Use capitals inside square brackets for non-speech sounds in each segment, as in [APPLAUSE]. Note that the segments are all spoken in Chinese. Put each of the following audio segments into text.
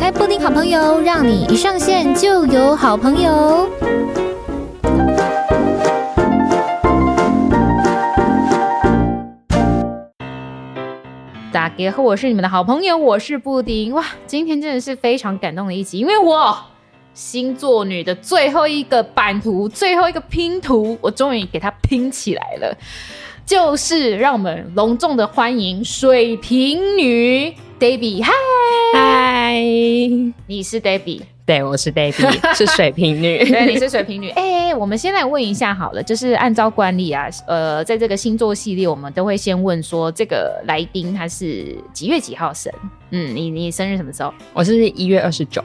开布丁好朋友，让你一上线就有好朋友。大家好，我是你们的好朋友，我是布丁。哇，今天真的是非常感动的一集，因为我星座女的最后一个版图、最后一个拼图，我终于给它拼起来了。就是让我们隆重的欢迎水瓶女 Debbie，嗨，嗨，你是 Debbie，对，我是 [LAUGHS] Baby，是水瓶 [LAUGHS] 对，女。你是水瓶女。哎、哎哎我们先来问一下好了，就是按照惯例啊，呃，在这个星座系列，我们都会先问说这个来宾他是几月几号生？嗯，你你生日什么时候？我是一月二十九，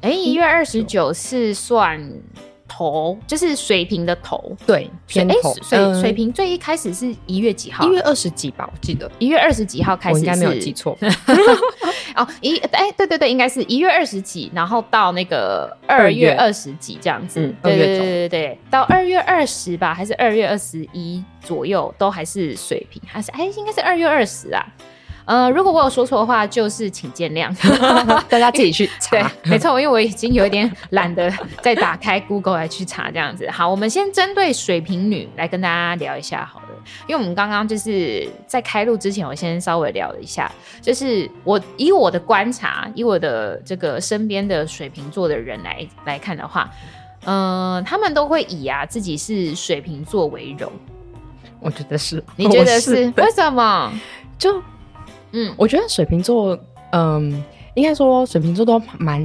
哎、一月二十九是算头，就是水瓶的头。对，偏哎头，嗯水水水瓶最一开始是一月几号？一月二十几吧，我记得，一月二十几号开我始应是？该没有记 [LAUGHS] 错。哦，一哎、对对对，应该是一月二十几，然后到那个二月二十几这样子。嗯对二对月对中对对对，到二月二十吧，还是二月二十一左右，都还是水平，还是哎，应该是二月二十啊。呃，如果我有说错的话，就是请见谅。大家自己去对 [LAUGHS] 查。，没错，因为我已经有一点懒得再打开 Google 来去查这样子。好，我们先针对水瓶女来跟大家聊一下好了，因为我们刚刚就是在开录之前，我先稍微聊了一下，就是我以我的观察，以我的这个身边的水瓶座的人来来看的话。嗯，他们都会以啊自己是水瓶座为荣，我觉得是，你觉得哦我是对为什么？就嗯，我觉得水瓶座，嗯，应该说水瓶座都蛮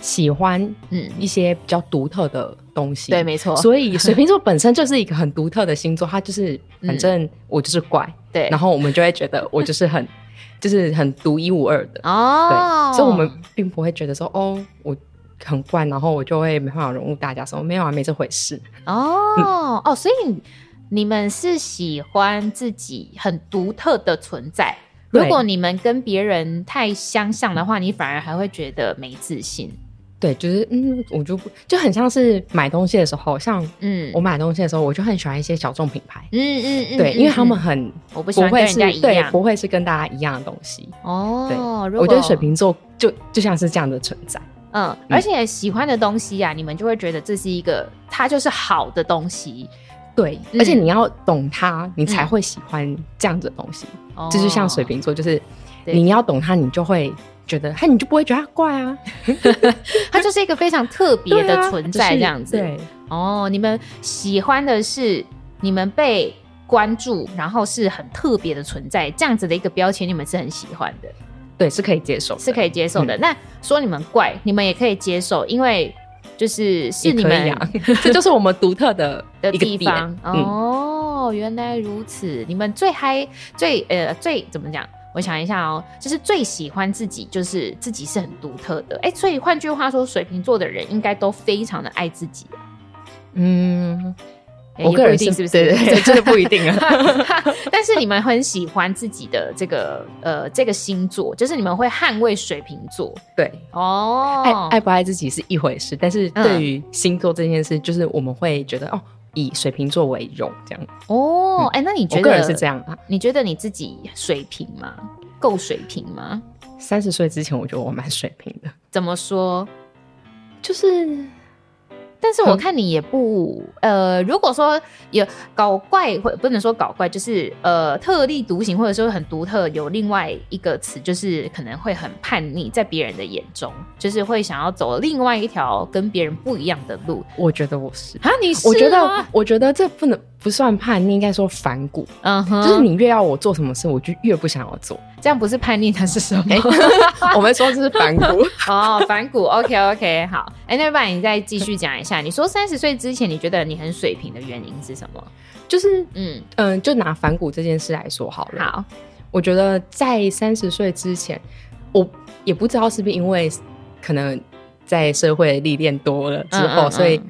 喜欢嗯，一些比较独特的东西。对，没错，所以水瓶座本身就是一个很独特的星座，它就是反正我就是怪，对，然后我们就会觉得我就是很就是很独一无二的。哦，对，所以我们并不会觉得说哦，我很怪，然后我就会没办法融入大家，说没有啊，没这回事。哦、哦，所以你们是喜欢自己很独特的存在。对如果你们跟别人太相像的话，你反而还会觉得没自信。对，就是嗯，我就不就很像是买东西的时候，像嗯，我买东西的时候，我就很喜欢一些小众品牌，嗯嗯嗯，对，嗯因为他们嗯很我不喜不欢跟会人是家一对，样。不会是跟大家一样的东西。哦，如我觉得果水瓶座就就像是这样的存在，嗯，而且喜欢的东西呀、啊你们就会觉得这是一个哦它就是好的东西，对，嗯而且你要懂它，你才嗯会喜欢这样子的东西。哦就是像水。瓶座，就是对你要懂它，你就会觉得它，你就不会觉得它怪啊，它就是一个非常特别对的啊存就在，是这样子。对，哦，你们喜欢的是你们被关注，然后是很特别的存在，这样子的一个标签，你们是很喜欢的，对，是可以接受的，是可以接受的。那说你们怪，你们也可以接受，因为就是是也你可们以啊，这就是我们独特的 [LAUGHS] 的一个地点方。嗯，哦，原来如此，你们最嗨、最呃、最怎么讲？我想一下哦，就是最喜欢自己，就是自己是很独特的。哎、所以换句话说，水瓶座的人应该都非常的爱自己。嗯，哎我也个不人一定是不是？对对 [LAUGHS] 对，真的不一定啊。但是你们很喜欢自己的这个呃这个星座，就是你们会捍卫水瓶座对，哦。爱爱不爱自己是一回事，但是嗯对于星座这件事，就是我们会觉得哦，以水瓶座为荣，这样。哦，哎、那你觉嗯我得个人是这样啊，你觉得你自己水瓶吗？够水瓶吗？三十岁之前，我觉得我蛮水平的，怎么说？就是但是我看你也不、呃，如果说有搞怪，或不能说搞怪，就是呃特立独行，或者说很独特，有另外一个词，就是可能会很叛逆，在别人的眼中，就是会想要走另外一条跟别人不一样的路。我觉得我是。啊，你是我觉得吗，我觉得这不能不算叛逆，应该说反骨。嗯哼，就是你越要我做什么事，我就越不想要 [LAUGHS] 做。这样不是叛逆，它是什么？我们说这是反骨。哎 [LAUGHS] [LAUGHS] 哦，反骨，OK OK，好，哎、那不然你再继续讲一下，你说三十岁之前你觉得你很水平的原因是什么？就是嗯，嗯，就拿反骨这件事来说好了。，好，我觉得在三十岁之前，我也不知道是不是因为可能在社会历练多了之后，嗯嗯嗯所以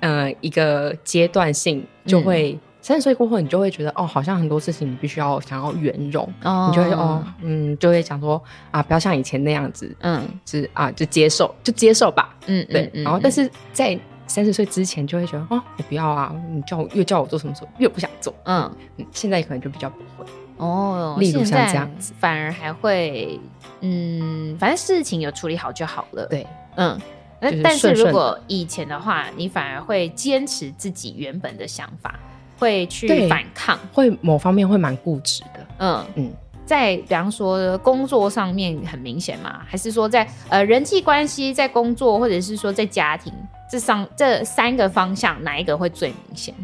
嗯、呃一个阶段性就嗯会三十岁过后，你就会觉得哦，好像很多事情你必须要想要圆融，哦你就会哦，嗯，就会想说啊，不要像以前那样子，嗯就是啊，就接受，就接受吧。嗯，对，嗯嗯然后但是在三十岁之前就会觉得啊，我不要啊，你叫我越叫我做什么事，越不想做。嗯，嗯，现在可能就比较不会。哦，例如现像在这样子反而还会，嗯，反正事情有处理好就好了。，对，嗯。那就是但是顺顺如果以前的话，你反而会坚持自己原本的想法，会去对反抗。会某方面会蛮固执的。嗯嗯嗯，在比方说工作上面很明显吗？还是说在呃人际关系、在工作，或者是说在家庭这上这三个方向，哪一个会最明显？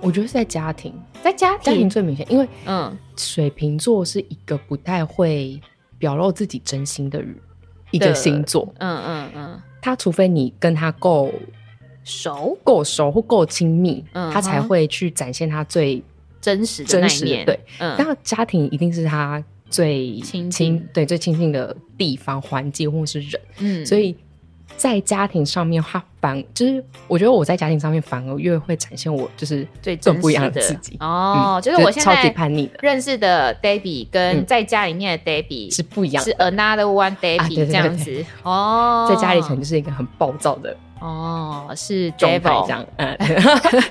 我觉得是在家庭，在家家庭，庭最明显，因为嗯水瓶座是一个不太会表露自己真心的人一的个星座。嗯嗯嗯，他除非你跟他够熟，够熟或够亲密，嗯他才哼会去展现他最真实的那真一实的。面，对，嗯，那家庭一定是他最亲近对最亲近的地方、环境或是人，嗯所以在家庭上面，他反就是我觉得我在家庭上面反而越会展现我就是最真更实不一样的自己。哦，嗯就是我现超级在叛逆的认识的 Debbie 跟嗯在家里面的 Debbie 是不一样是的， another one 啊 Debbie 对对这样对子哦，在家里可能就是一个很暴躁的哦是状态 Devil 这样，嗯，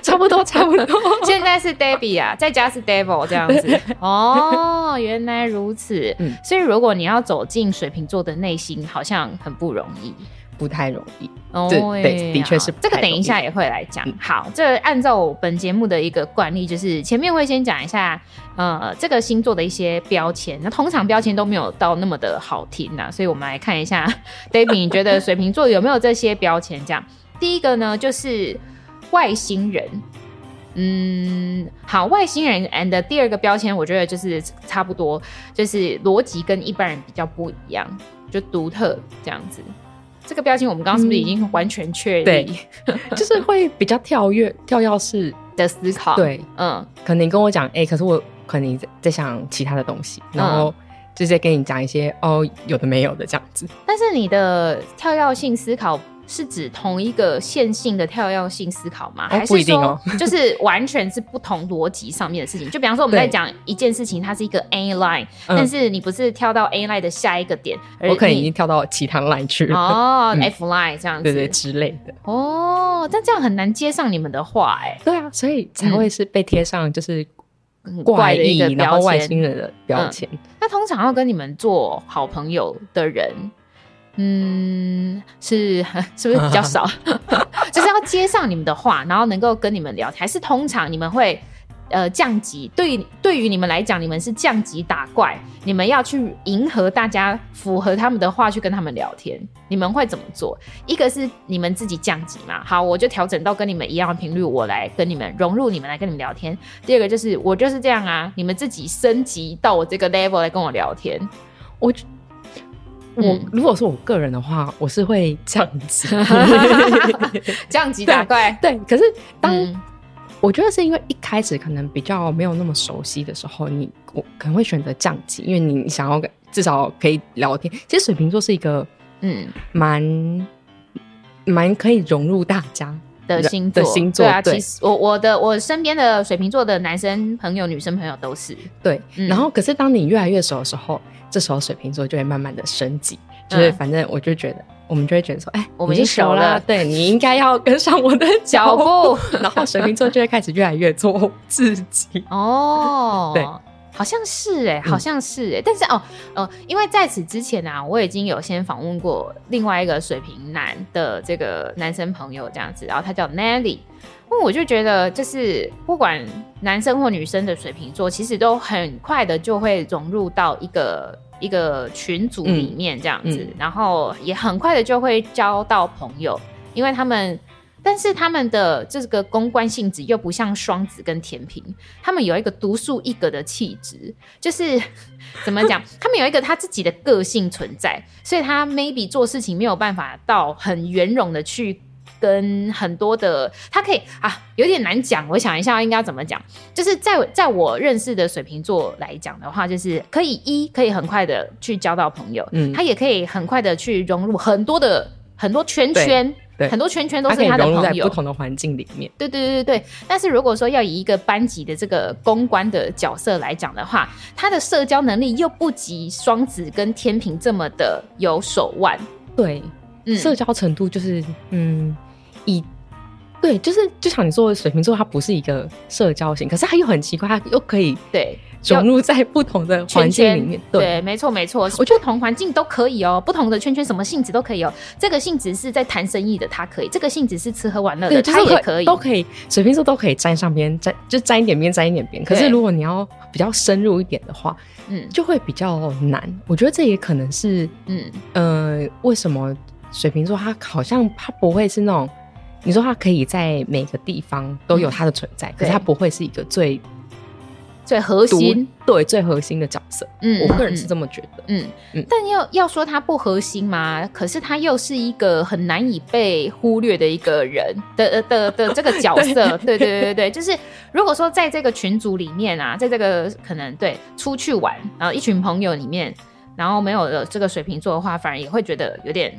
[LAUGHS] 差不 [LAUGHS] 多差不多。 [LAUGHS] 现在是 Debbie 啊，在家是 Devil 这样子。哦，原来如此。嗯所以如果你要走进水瓶座的内心，好像很不容易。 [LAUGHS] 不太容易，哦对哎对的确是这个不太等容易一下也会来讲嗯。好，这按照我本节目的一个惯例，就是前面会先讲一下，呃，这个星座的一些标签。那通常标签都没有到那么的好听呐、所以我们来看一下 [LAUGHS] ，David，你觉得水瓶座有没有这些标签？这样，第一个呢就是外星人。嗯，好，外星人 and 第二个标签，我觉得就是差不多，就是逻辑跟一般人比较不一样，就独特这样子。这个标签我们刚刚是不是已经完全嗯确立就是会比较跳跃，跳跃式。的思考？，对，嗯，可能你跟我讲，哎、可是我可能你在在想其他的东西，然后就在跟你讲一些哦有的没有的这样子。但是你的跳跃性思考是指同一个线性的跳跃性思考吗？哎还不是一定说 [LAUGHS] 哦就是完全是不同逻辑上面的事情？就比方说我们对在讲一件事情，它是一个 A line，、嗯但是你不是跳到 A line 的下一个点，而我可能已你经跳到其他 line 去 [LAUGHS] 了，哦、嗯 F line 这样子，对对之类的。哦，但这样很难接上你们的话哎、对啊，所以才会是被贴上就是很嗯怪的一异，嗯个然后标外签。星人的标签。那通常要跟你们做好朋友的人，嗯，是 [LAUGHS] 是不是比较少？ [LAUGHS] 就是要接上你们的话，然后能够跟你们聊天，还是通常你们会呃降级？对于，对于你们来讲，你们是降级打怪，你们要去迎合大家，符合他们的话去跟他们聊天，你们会怎么做？一个是你们自己降级嘛，好，我就调整到跟你们一样的频率，我来跟你们融入你们，来跟你们聊天。第二个就是我就是这样啊，你们自己升级到我这个 level 来跟我聊天。我觉我、嗯如果是我个人的话，我是会这样 [LAUGHS] 子。降级打怪。对，可是当、嗯我觉得是因为一开始可能比较没有那么熟悉的时候，你我可能会选择降级，因为你想要至少可以聊天。其实水瓶座是一个嗯蛮蛮可以融入大家，的的星座，的星座对啊，对其实我我的我身边的水瓶座的男生朋友、女生朋友都是，对。嗯然后可是当你越来越熟的时候，这时候水瓶座就会慢慢的升级，就是嗯反正我就觉得。我们就会觉得说，哎、我们你已就经熟啦了对你应该要跟上我的脚 [LAUGHS] 脚步，然后水瓶座就会开始越来越做自己。哦，对好像是哎、好像是哎、但是哦，呃，因为在此之前啊，我已经有先访问过另外一个水瓶男的这个男生朋友这样子，然后他叫 Nelly，因为我就觉得就是不管男生或女生的水瓶座，其实都很快的就会融入到一个一个群组里面这样子，嗯然后也很快的就会交到朋友，因为他们。但是他们的这个公关性质又不像双子跟甜平，他们有一个独树一格的气质，就是 [LAUGHS] 怎么讲，他们有一个他自己的个性存在，所以他 maybe 做事情没有办法到很圆融的去跟很多的，他可以啊，有点难讲，我想一下应该要怎么讲，就是在在我认识的水瓶座来讲的话，就是可以一可以很快的去交到朋友，嗯他也可以很快的去融入很多的很多圈圈。对对很多圈圈都它可是以 [LAUGHS] 他的融入朋在友不，同的环境里面。对对对对对，但是如果说要以一个班级的这个公关的角色来讲的话，他的社交能力又不及双子跟天平这么的有手腕。对，嗯，社交程度就是嗯，以对，就是就像你说的，水瓶座它不是一个社交型，可是它又很奇怪，它又可以对，融入在不同的圈环境圈里面。对，对，没错没错，我觉得不同环境都可以哦，不同的圈圈，什么性质都可以哦。这个性质是在谈生意的，他可以；这个性质是吃喝玩乐的，对，就是他也可以。都可以，水瓶座都可以沾上边，沾就沾一点边，沾一点边。可是对如果你要比较深入一点的话，嗯就会比较难。我觉得这也可能是，嗯，呃，为什么水瓶座他好像他不会是那种，你说他可以在每个地方都有他的存在，可是他嗯对不会是一个最最核独心。对最核心的角色。嗯，我个人嗯是这么觉得。嗯，嗯但要要说他不核心嘛，可是他又是一个很难以被忽略的一个人的呃的的的这个角色，对对对对对，就是如果说在这个群组里面啊，在这个可能对出去玩，然后一群朋友里面，然后没有了这个水瓶座的话，反而也会觉得有点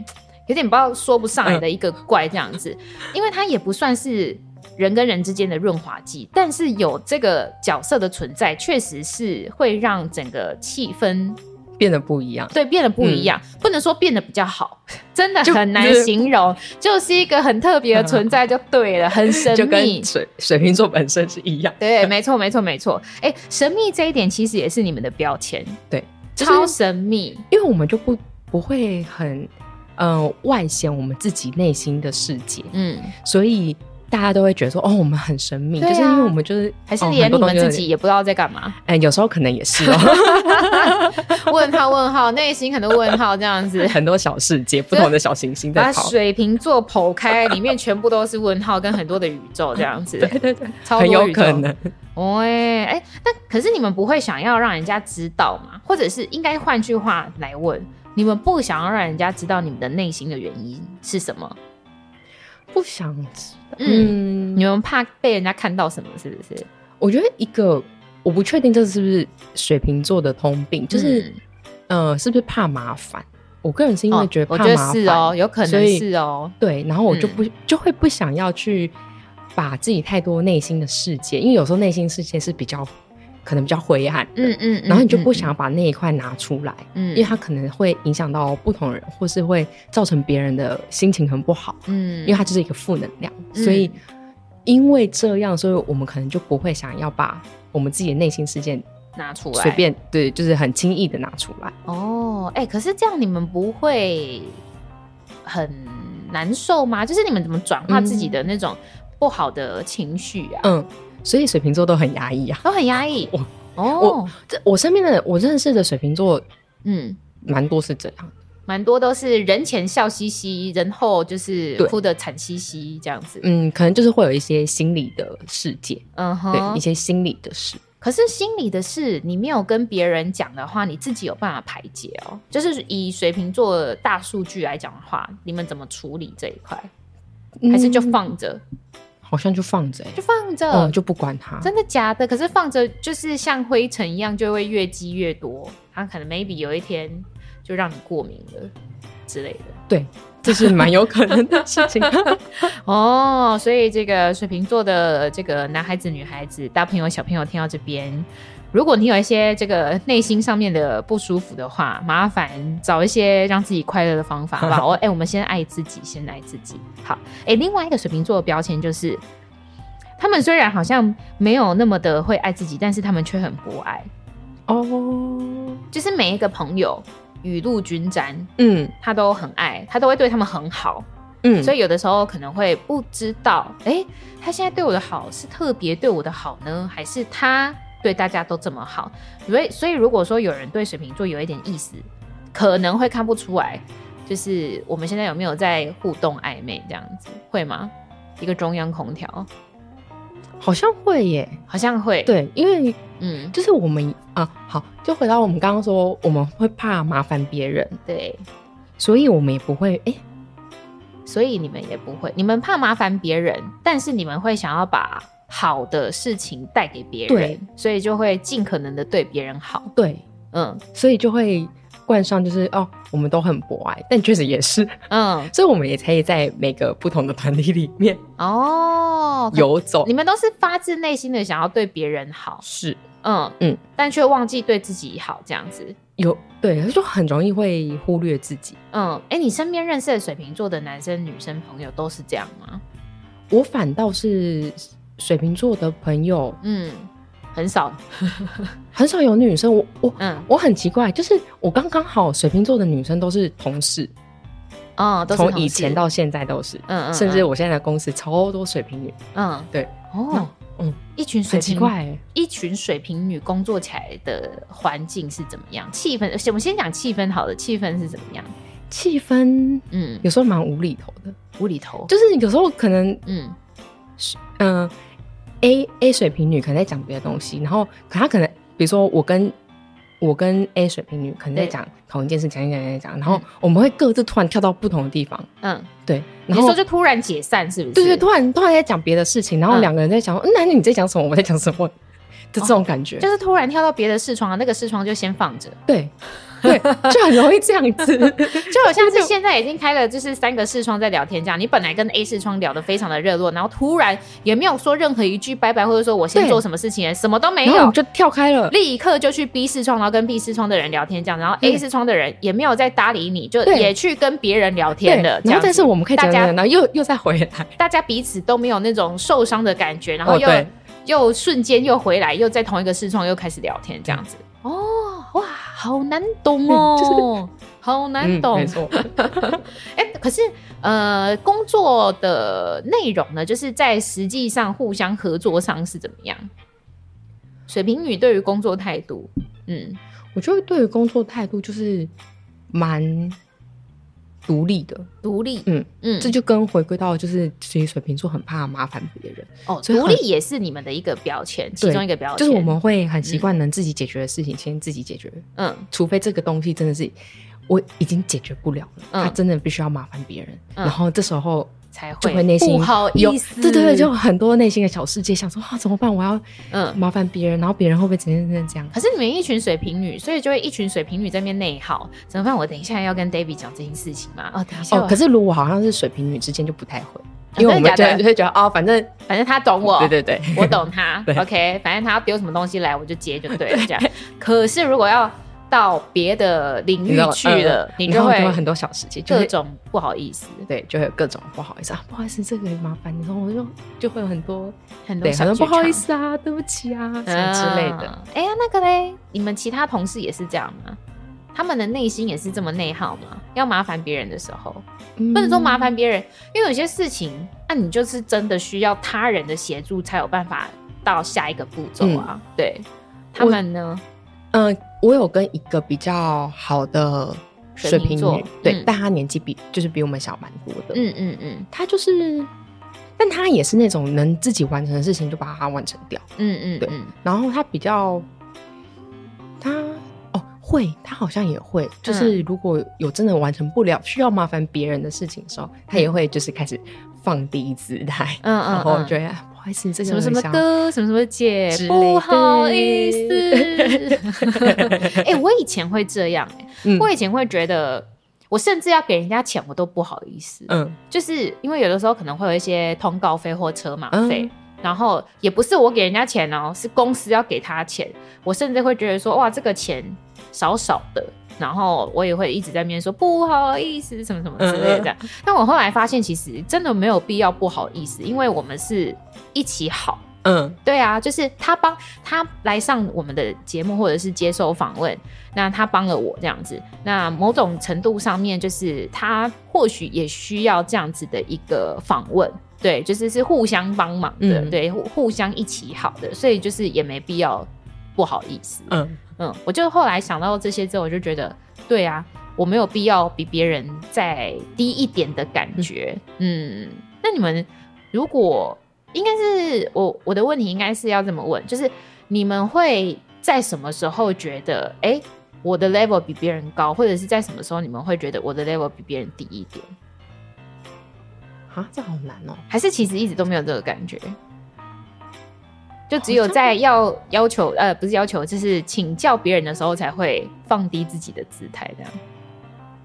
有点不知道说不上来的一个怪这样子，因为他也不算是。人跟人之间的润滑剂，但是有这个角色的存在，确实是会让整个气氛变得不一样。对，变得不一样，不能说变得比较好，真的嗯就很难就是形容，就是一个很特别的存在就对了，很神就秘 [LAUGHS] 跟。水水瓶座本身是一样，对，没错，没错，没错。哎，神秘这一点其实也是你们的标签，对，就是超神秘。因为我们就不不会很呃外显我们自己内心的世界，嗯，所以大家都会觉得说哦，我们很神秘，对啊就是因为我们就是还是哦连很你多东们西都有自己也不知道在干嘛？点，哎、有时候可能也是 [LAUGHS] 哦，问号，问号，内心很多问号这样 [LAUGHS] 子。很多小世界，不同的小行星把在跑，水瓶座剖开，里面全部都是问号跟很多的宇宙这样子， [LAUGHS] 对对对，超很多有宇宙可 [LAUGHS] 能。哦哎、哎，但可是你们不会想要让人家知道嘛？或者是应该换句话来问，你们不想要让人家知道你们的内心的原因是什么？不想知道，嗯嗯，你们怕被人家看到什么？是不是？我觉得一个我不确定这是不是水瓶座的通病，嗯就是、呃，是不是怕麻烦？我个人是因为哦觉得我怕觉得麻是烦哦，有可所能以是哦，对，然后我就不、就会不想要去把自己太多内心的世界，因为有时候内心世界是比较可能比较灰暗的，嗯嗯，然后你就不嗯想，要把那一块拿出来，嗯因为它可能会影响到不同人，或是会造成别人的心情很不好，嗯因为它就是一个负能量，所以因为这样，所以我们可能就不会想要把我们自己的内心世界拿出来随便对，就是很轻易的拿出来。哦，哎、可是这样你们不会很难受吗？就是你们怎么转化自己的那种不好的情绪啊？嗯，所以水瓶座都很压抑啊。都很压 [LAUGHS] 抑我。哦，这我身边的我认识的水瓶座嗯，蛮多是这样。蛮多都是人前笑嘻嘻，人后就是对哭得惨兮兮这样子。嗯，可能就是会有一些心理的世界，嗯对一哼，些心理的事。可是心里的事你没有跟别人讲的话，你自己有办法排解哦。就是以水瓶座大数据来讲的话，你们怎么处理这一块？还是就嗯放着，好像就放着、欸，哦就放着，嗯，就不管它。真的假的？可是放着就是像灰尘一样，就会越积越多。它可能 maybe 有一天就让你过敏了之类的。对，这是蛮有可能的事情。哦，所以这个水瓶座的这个男孩子、女孩子、大朋友、小朋友，听到这边，如果你有一些这个内心上面的不舒服的话，麻烦找一些让自己快乐的方法，好不好？我哎、我们先爱自己，先爱自己。好，哎、另外一个水瓶座的标签就是，他们虽然好像没有那么的会爱自己，但是他们却很博爱， [LAUGHS] 哦，就是每一个朋友雨露均沾，嗯他都很爱，他都会对他们很好。嗯，所以以有的时候可能会不知道，哎、他现在对我的好是特别对我的好呢，还是他对大家都这么好？所以，所以如果说有人对水瓶座有一点意思，可能会看不出来，就是我们现在有没有在互动暧昧这样子，会吗？一个中央空调好像会耶。好像会，，对，因为嗯，就是我们啊，好，就回到我们刚刚说，我们会怕麻烦别人，对，所以我们也不会哎、所以你们也不会，你们怕麻烦别人，但是你们会想要把好的事情带给别人对，所以就会尽可能的对别人好，对，嗯所以就会冠上就是哦，我们都很博爱，但确实也是， [LAUGHS] 嗯。所以我们也可以在每个不同的团体里面哦，可游走你。们都是发自内心的想要对别人好，是，嗯嗯嗯，但却忘记对自己好，这样子。有对，就很容易会忽略自己。嗯，哎、你身边认识的水瓶座的男生、女生朋友都是这样吗？我反倒是水瓶座的朋友嗯，很少，很少有女生，我我嗯，我很奇怪，就是我刚刚好水瓶座的女生都是同事，哦，都是从同以事前，到现在都是，嗯嗯，甚至嗯我现在的公司超多水瓶女，嗯，对，哦，嗯，一群水很奇瓶怪、欸。一群水瓶女工作起来的环境是怎么样？气氛，我们先讲气氛好了，气氛是怎么样？气氛嗯，有时候蛮无厘头的，无厘头，就是有时候可能嗯嗯、a A 水瓶女可能在讲别的东西，然后可她可能比如说我跟我跟 A 水瓶女可能在对讲同一件事，讲一讲讲一讲，然后我们会各自突然跳到不同的地方，嗯，对，你然后说就突然解散是不是？对对，突然突然在讲别的事情，然后嗯两个人在讲，嗯，男女你在讲什么，我在讲什么，就这种感觉，哦就是突然跳到别的视窗，那个视窗就先放着，对对，就很容易这样子，就好像是现在已经开了，就是三个视窗在聊天这样。你本来跟 A 视窗聊得非常的热络，然后突然也没有说任何一句拜拜，或者说我先对做什么事情，什么都 [LAUGHS] 没然后我有们，就跳开了，立刻就去 B 视窗，然后跟 B 视窗的人聊天这样，然后 A 对视窗的人也没有再搭理你，就对也去跟别人聊对，天了。这然后样子但是我们可以讲大讲家讲，然后又又再回来，大家彼此都没有那种受伤的感觉，然后哦又、对又瞬间又回来，又在同一个视窗又开始聊天这样子。嗯哦，哇，好难懂 [LAUGHS] 哦，好难嗯懂。没错，哎、可是呃，工作的内容呢，就是在实际上互相合作上是怎么样？水瓶女对于工作态度，嗯，我觉得对于工作态度就是蛮独立的，独立，嗯嗯，这就跟回归到就是其实水瓶座很怕麻烦别人，哦，所以独很立也是你们的一个标签，其对中一个标签，就是我们会很习惯能自己解决的事情先自己解决，嗯除非这个东西真的是我已经解决不了了，嗯他真的必须要麻烦别人，嗯然后这时候才就会会内心不好有意思，对对对，就有很多内心的小世界，想说啊怎么办？我要嗯。麻烦别人，然后别人会不会怎样怎样怎样？可是你们一群水瓶女，所以就会一群水瓶女在那边内耗，怎么办？我等一下要跟 David 讲这件事情嘛？哦，等一下我，哦，可是如果好像是水瓶女之间就不太会，因为我啊真的们假的就会就会觉得哦，反正反正他懂我，对对对，我懂他 [LAUGHS] 对，OK，反正他要丢什么东西来，我就接就对 [LAUGHS] 了，这样。可是如果要到别的领你域知道去嗯了， [LAUGHS] 你然就后会就会很多小世界，就各会种不好意思，对，就会有各种不好意思啊，不好意思，这个麻烦你，然后我就就会有很多很多对，小很多剧不好意场思啊，对不起啊，什么嗯之类的。。哎呀，那个嘞，你们其他同事也是这样吗？他们的内心也是这么内耗吗？要麻烦别人的时候，不不能说麻嗯烦别人，因为有些事情，那、你就是真的需要他人的协助才有办法到下一个步骤啊。对，他们呢，嗯，我有跟一个比较好的水水瓶瓶座女，对嗯，但她年纪比就是比我们小蛮多的。嗯，嗯嗯嗯她就是，但她也是那种能自己完成的事情就把它完成掉。嗯嗯对嗯，然后她比较，她哦会，她好像也会，嗯就是如果有真的完成不了需要麻烦别人的事情的时候，她也会就是开始放低姿态，嗯然嗯后嗯觉得、哎不好意思，这个什么什么想要哥，什么什么姐之，类不好意对 [LAUGHS] 思。哎、我以前会这样、欸，嗯我以前会觉得，我甚至要给人家钱，我都不好意思。嗯就是因为有的时候可能会有一些通告费或车马费，嗯然后也不是我给人家钱哦，是公司要给他钱。我甚至会觉得说，哇，这个钱少少的，然后我也会一直在面说不好意思什么什么之类的这样。但我后来发现，其实真的没有必要不好意思，因为我们是一起好。嗯对啊，就是他帮他来上我们的节目，或者是接受访问，那他帮了我这样子。那某种程度上面，就是他或许也需要这样子的一个访问，对，就是是互相帮忙的，嗯对，互互相一起好的，所以就是也没必要不好意思。嗯，嗯，我就后来想到这些之后，我就觉得，对啊，我没有必要比别人再低一点的感觉。嗯，那你们如果应该是我我的问题应该是要这么问，就是你们会在什么时候觉得，哎、我的 level 比别人高，或者是在什么时候你们会觉得我的 level 比别人低一点，啊，这好难哦。还是其实一直都没有这个感觉？就只有在要要求呃，不是要求，就是请教别人的时候，才会放低自己的姿态，这样。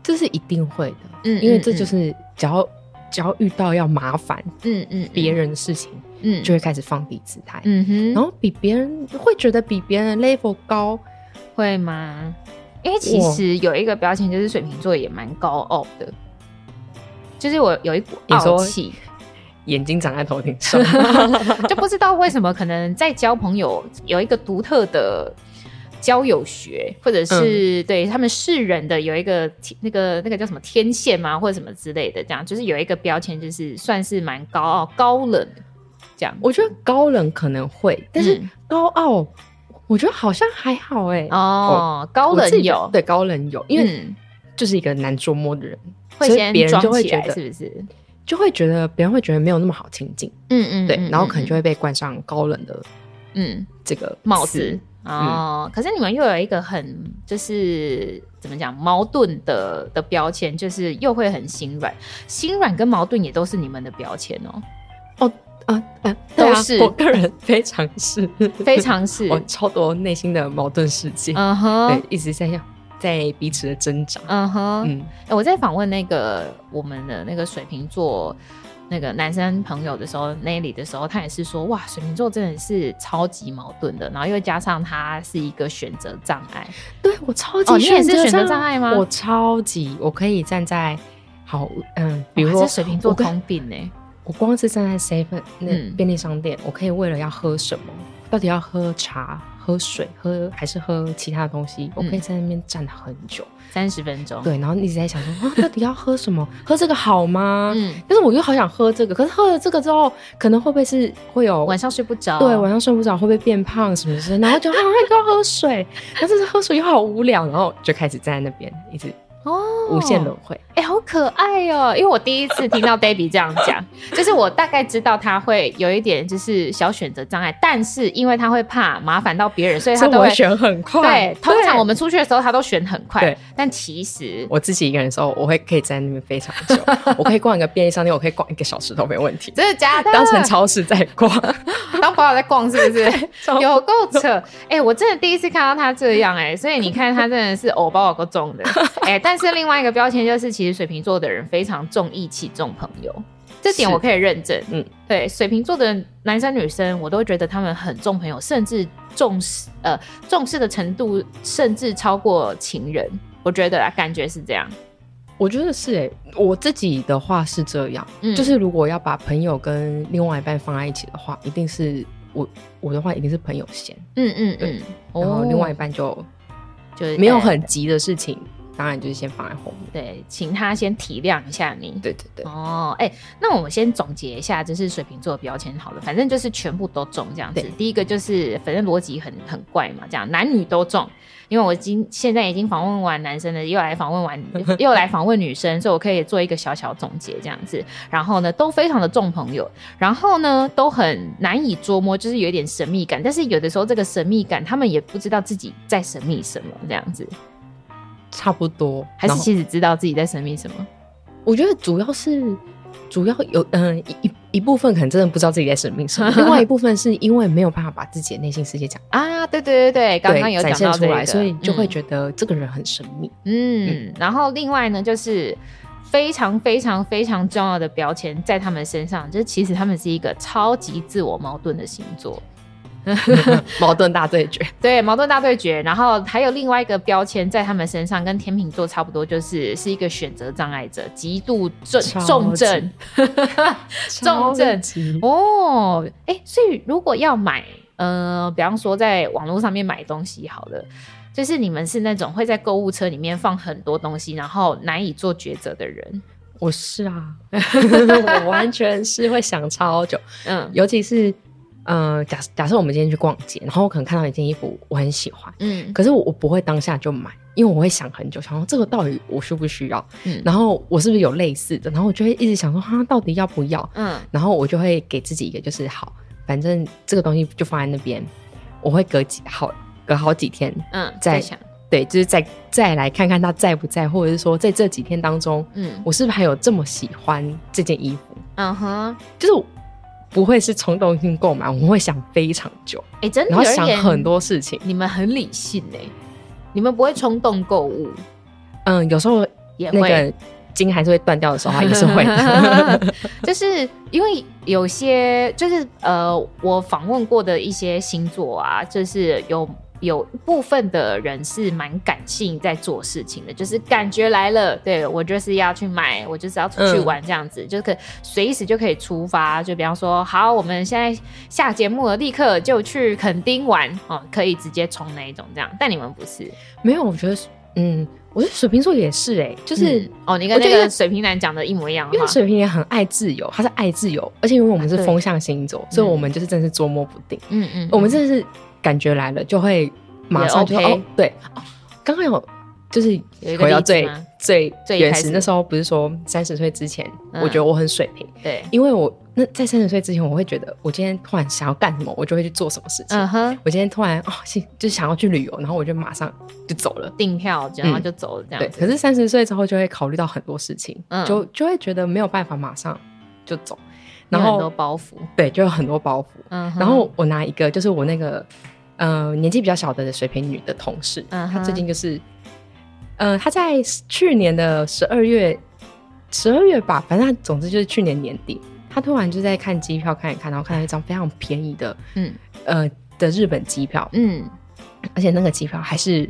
这是一定会的，嗯因为这就是只要只要遇到要麻烦嗯嗯，别人的事情，嗯就会开始放低姿态，嗯哼，然后比别人会觉得比别人的 level 高，会吗？因为其我实有一个标签就是水瓶座也蛮高傲的，就是我有一股你说傲气，眼睛长在头顶上， [LAUGHS] 就不知道为什么，可能在交朋友有一个独特的交友学，或者是、嗯对他们世人的有一个天那个那个叫什么天线嘛，或者什么之类的，这样就是有一个标签，就是算是蛮高傲、高冷这样。我觉得高冷可能会，但是嗯高傲，我觉得好像还好哎、哦，高我自冷己觉得有，对高冷有，因为嗯、就是一个难捉摸的人，会所以先别人就装会起觉来，得是不是？就会觉得别人会觉得没有那么好亲近，嗯嗯，对，嗯然后可能就嗯会被冠上高冷的嗯。这个帽词子。嗯哦，可是你们又有一个很就是怎么讲矛盾的的标签，就是又会很心软，心软跟矛盾也都是你们的标签 [LAUGHS] 哦，啊啊，对都啊是我个人非常是非常是， [LAUGHS] 我超多内心的矛盾世界，嗯哼，对，一直在想在彼此的挣扎。嗯哼，嗯，欸我在访问那个我们的那个水瓶座那个男生朋友的时候，Nelly 的时候，他也是说，哇，水瓶座真的是超级矛盾的，然后又加上他是一个选择障碍，对我超级、哦你也是选择障碍吗我超级，我可以站在好嗯，比如哇说这水瓶座我跟通病呢、我光是站在 seven 那嗯便利商店，我可以为了要喝什么，到底要喝茶、喝水、喝还是喝其他东西，我嗯可以在那边站很久。三十分钟，，对，然后一直在想说啊，到底要喝什么？喝这个好吗？嗯，但是我又好想喝这个，可是喝了这个之后，可能会不会是会有晚上睡不着，对晚上睡不着，会不会变胖什么之类的，然后就啊要喝 [LAUGHS] 水，但是喝水又好无聊，然后就开始站在那边一直哦，无限轮回。哎、好可爱哦、因为我第一次听到 Debbie 这样讲， [LAUGHS] 就是我大概知道他会有一点就是小选择障碍，但是因为他会怕麻烦到别人，所以他所以都我会选很快，对。通常我们们出去的时候，他都选很快对，但其实我自己一个人的时候，我会可以站在那边非常久，我可以逛一个便利商店，我可以逛一个小时都没问题，真的假的？当成超市在逛。当朋友在逛是 [LAUGHS] 不是？有够扯！哎、我真的第一次看到他这样哎、所以你看他真的是偶包有够重的哎、但是另外一个标签就是，其实水瓶座的人非常重义气、重朋友，这点是我可以认证。嗯嗯，对，水瓶座的男生女生，我都觉得他们很重朋友，甚至重视呃重视的程度，甚至超过情人。我觉得啦，感觉是这样。我觉得是诶、欸我自己的话是这样，嗯就是如果要把朋友跟另外一半放在一起的话，一定是我我的话一定是朋友先，嗯嗯嗯对，然后另外一半就就是没有呃很急的事情，当然就是先放在后面。对，请他先体谅一下你。对对对，哦，哎、那我们先总结一下，就是水瓶座的标签好了，反正就是全部都中这样子对。第一个就是，反正逻辑很很怪嘛，这样男女都中。因为我已经现在已经访问完男生了，又来访问完 [LAUGHS] 又来访问女生，所以我可以做一个小小总结这样子。然后呢，都非常的重朋友，然后呢都很难以捉摸，就是有一点神秘感。但是有的时候这个神秘感，他们也不知道自己在神秘什么这样子，差不多。还是然后其实知道自己在神秘什么。我觉得主要是主要有嗯、一一一部分可能真的不知道自己在生命什 [LAUGHS] 么，另外一部分是因为没有办法把自己的内心世界讲啊，对对对对，刚刚对有讲展到、现这出来，个所以就会嗯觉得这个人很神秘。嗯，然后另外呢，就是非常非常非常重要的标签在他们身上，就是其实他们是一个超级自我矛盾的星座，嗯矛盾大对决，对，矛盾大对决。然后还有另外一个标签在他们身上，跟天秤座差不多，就是是一个选择障碍者，极度重超级重症。 [LAUGHS] 重症级哦，哎，所以如果要买，呃，比方说在网络上面买东西好了，就是你们是那种会在购物车里面放很多东西，然后难以做抉择的人。我是啊， [LAUGHS] 我完全是会想超久，嗯尤其是呃，假假设我们今天去逛街，然后我可能看到一件衣服我很喜欢，嗯可是我我不会当下就买，因为我会想很久，想说这个到底我需不需要，嗯然后我是不是有类似的，然后我就会一直想说哈，到底要不要？嗯然后我就会给自己一个就是好，反正这个东西就放在那边，我会隔几好隔好几天嗯，在在想，对，就是再再来看看他 [LAUGHS] 在不在，或者是说在这几天当中，嗯我是不是还有这么喜欢这件衣服？嗯哼，就是我不会是冲动性购买，我会想非常久，哎、真的然后有一想点很，多事情。你们很理性哎、你们不会冲动购物，嗯，有时候也那会，个筋还是会断掉的时候，它也是 [LAUGHS] 会的。就是因为有些就是呃，我访问过的一些星座啊，就是有。有部分的人是蛮感性在做事情的，就是感觉来了，对我就是要去买，我就是要出去玩这样子，就是可随时就可以出发。就比方说，好，我们现在下节目了，立刻就去垦丁玩哦，可以直接冲那一种这样。但你们不是，没有，我觉得，嗯，我觉得水瓶座也是哎、就、就是是、哦，你跟我觉那得个水瓶男讲的一模一样因为啊哈。水瓶也很爱自由，他是爱自由，而且因为我们是对风象星座，所以嗯我们就是真的是捉摸不定，嗯嗯，我们真的是感觉来了就会马上就也说 OK 哦，对哦，刚刚有就是哎有一个回到例子最吗最最一原开始始那时候不是说三十岁之前，嗯我觉得我很水平，对，因为我那在三十岁之前，我会觉得我今天突然想要干什么，我就会去做什么事情。嗯哼，我今天突然哦，心就想要去旅游，然后我就马上就走了。订票然后嗯就走了这对，样子。可是三十岁之后就会考虑到很多事情，嗯就就会觉得没有办法马上就走，你然有很多后包袱，对，就有很多包袱。嗯哼，然后我拿一个，就是我那个呃年纪比较小的水瓶女的同事，嗯她哼最近就是呃她在去年的十二月十二月吧，反正她总之就是去年年底，她突然就在看机票看一看，然后看到一张非常便宜的嗯呃的日本机票，嗯，而且那个机票还是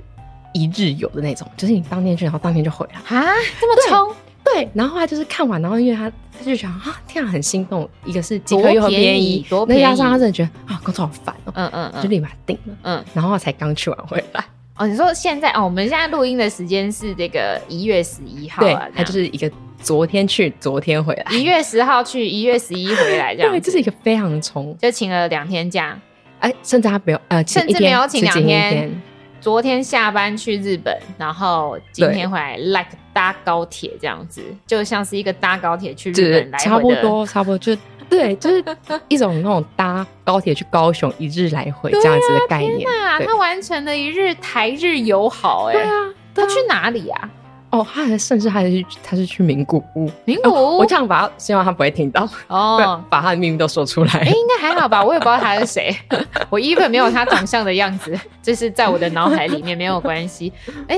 一日游的那种，就是你当天去，然后当天就回来。啊，这么冲，对，然后他就是看完，然后因为他他就想啊，天啊，很心动，一个是机票又很便宜，多那便宜多便宜加上他真的觉得啊，工作好烦哦，嗯嗯嗯就立马定了。嗯，然后才刚去完回来，哦，你说现在哦，我们现在录音的时间是这个一月十一号对啊，，他就是一个昨天去，昨天回来，一月十号去，一月十一回来这嗯对，样这子，是一个非常冲，就请了两天假，哎， [LAUGHS] 甚至他没有呃，请甚至一没天有请只一两天天，昨天下班去日本，然后今天回来，like 搭高铁这样子，就像是一个搭高铁去就日是本来回的差不多，差不多就对，就是一种那种搭高铁去高雄一日来回这样子的概念，啊，对他完成了一日台日友好、对哎、啊，他去哪里啊？哦，他还甚至还是他是去名古屋，名古屋哦我这样把他，希望他不会听到，不然哦。把他的秘密都说出来哎、。应该还好吧，我也不知道他是谁， [LAUGHS] 我 even 没有他长相的样子，就是在我的脑海里面没有关系。哎、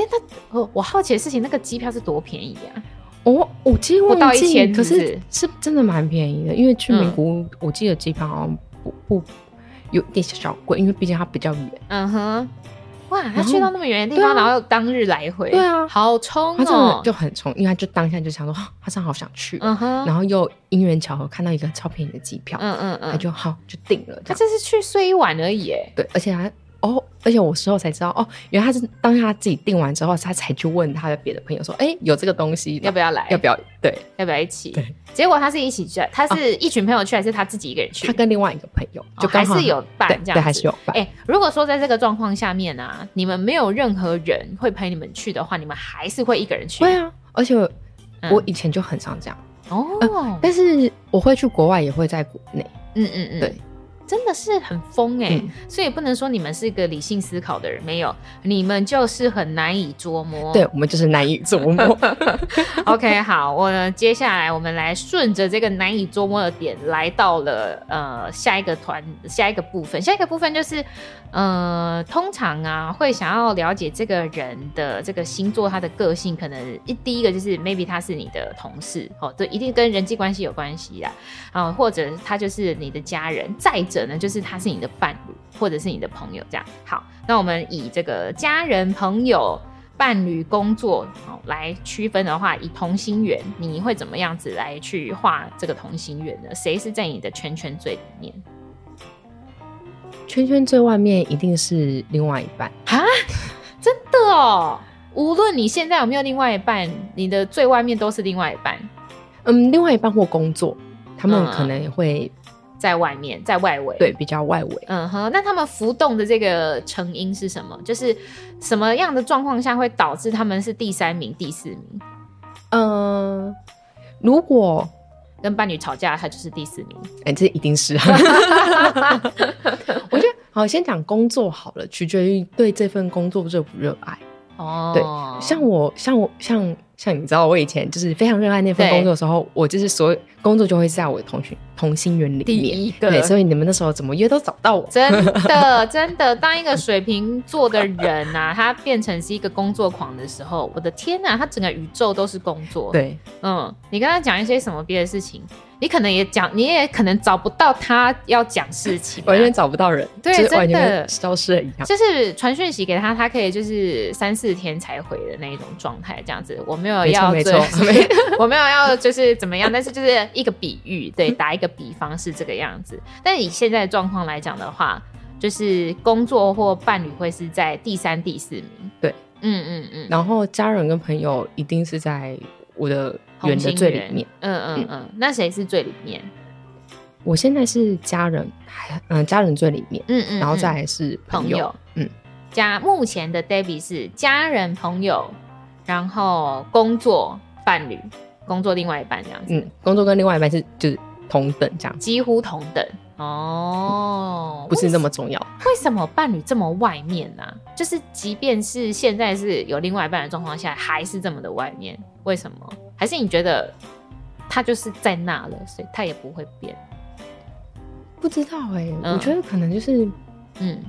那我我好奇的事情，那个机票是多便宜啊？我我其实不到忘一记，千可是不是是真的蛮便宜的，因为去嗯名古屋，我记得机票好像不不有点小小贵，因为毕竟它比较远。嗯哼，哇，他然去后到那么远的地方，对然啊后又当日来回，对啊好冲他真哦的。就很冲，因为他就当下就想说，哦他真的好想去哦，嗯哼，然后又因缘巧合看到一个超便宜的机票，嗯嗯他嗯，就好就定了这他样。这是去睡一晚而已，哎，对，而且他哦，而且我事后才知道哦，原来他是当下他自己定完之后，他才去问他的别的朋友说，哎，有这个东西，要不要来？要不要？对要不要一起对？啊结果他是一起去，他是一群朋友去，还是他自己一个人去？他跟另外一个朋友哦就刚好还是有伴这对样子对，还是有伴。哎、如果说在这个状况下面啊，你们没有任何人会陪你们去的话，你们还是会一个人去？会啊，而且我,、嗯以前就很常这样，哦，但是我会去国外，也会在国内。嗯嗯嗯，对，真的是很疯哎、嗯所以不能说你们是一个理性思考的人，没有，你们就是很难以捉摸。对我们就是难以琢磨。 [LAUGHS] OK，好，我呢接下来我们来顺着这个难以捉摸的点，来到了呃下一个团下一个部分，下一个部分就是呃通常啊会想要了解这个人的这个星座他的个性，可能一第一个就是 maybe 他是你的同事哦，这一定跟人际关系有关系啦，啊、或者他就是你的家人，再者呢就是他是你的伴侣或者是你的朋友这样。好，那我们以这个家人朋友。伴侣、工作哦来区分的话，以同心圆，你会怎么样子来去画这个同心圆呢？谁是在你的圈圈最里面？圈圈最外面一定是另外一半，啊，真的哦！无论你现在有没有另外一半，你的最外面都是另外一半，嗯，另外一半或工作，他们嗯可能会、在外面，在外围。对，比较外围。嗯哼，那他们浮动的这个成因是什么？就是什么样的状况下会导致他们是第三名、第四名？嗯、如果跟伴侣吵架，他就是第四名。哎、这一定 [LAUGHS] 是、我觉得好，先讲工作好了，取决于对这份工作热不热爱。哦，对像我，像我，像像你知道，我以前就是非常热爱那份对工作的时候，我就是所有工作就会是在我的同学同心圆里第面。一个，对，所以你们那时候怎么约都找不到我。真的，真的，当一个水瓶座的人啊，他变成是一个工作狂的时候，我的天呐、他整个宇宙都是工作。，对，嗯，你跟他讲一些什么别的事情，你可能也讲，你也可能找不到他要讲事情啊、完全找不到人，对就是完真全的跟消失了一样。就是传讯息给他，他可以就是三四天才回的那一种状态，这样子。我没有要没错最没 [LAUGHS] 错没我没有要就是怎么样，但是就是一个比喻，对，打一个比方是这个样子。但以现在的状况来讲的话，就是工作或伴侣会是在第三、第四名。对，嗯嗯嗯，然后家人跟朋友一定是在我的圆的最里面。。嗯嗯嗯，那谁是最里面？我现在是家人，还嗯、家人最里面，嗯嗯，然后嗯再来是朋朋友。友，嗯，家目前的 Debbie 是家人、朋友，然后工作、伴侣、工作另外一半这样子，嗯，工作跟另外一半是就是同等这样，几乎同等哦。不是那么么重要。为什么伴侣这么外面呢、就是即便是现在是有另外一半的状况下，还是这么的外面，为什么？还是你觉得他就是在那了，所以他也不会变？不知道哎、嗯我觉得可能就是嗯，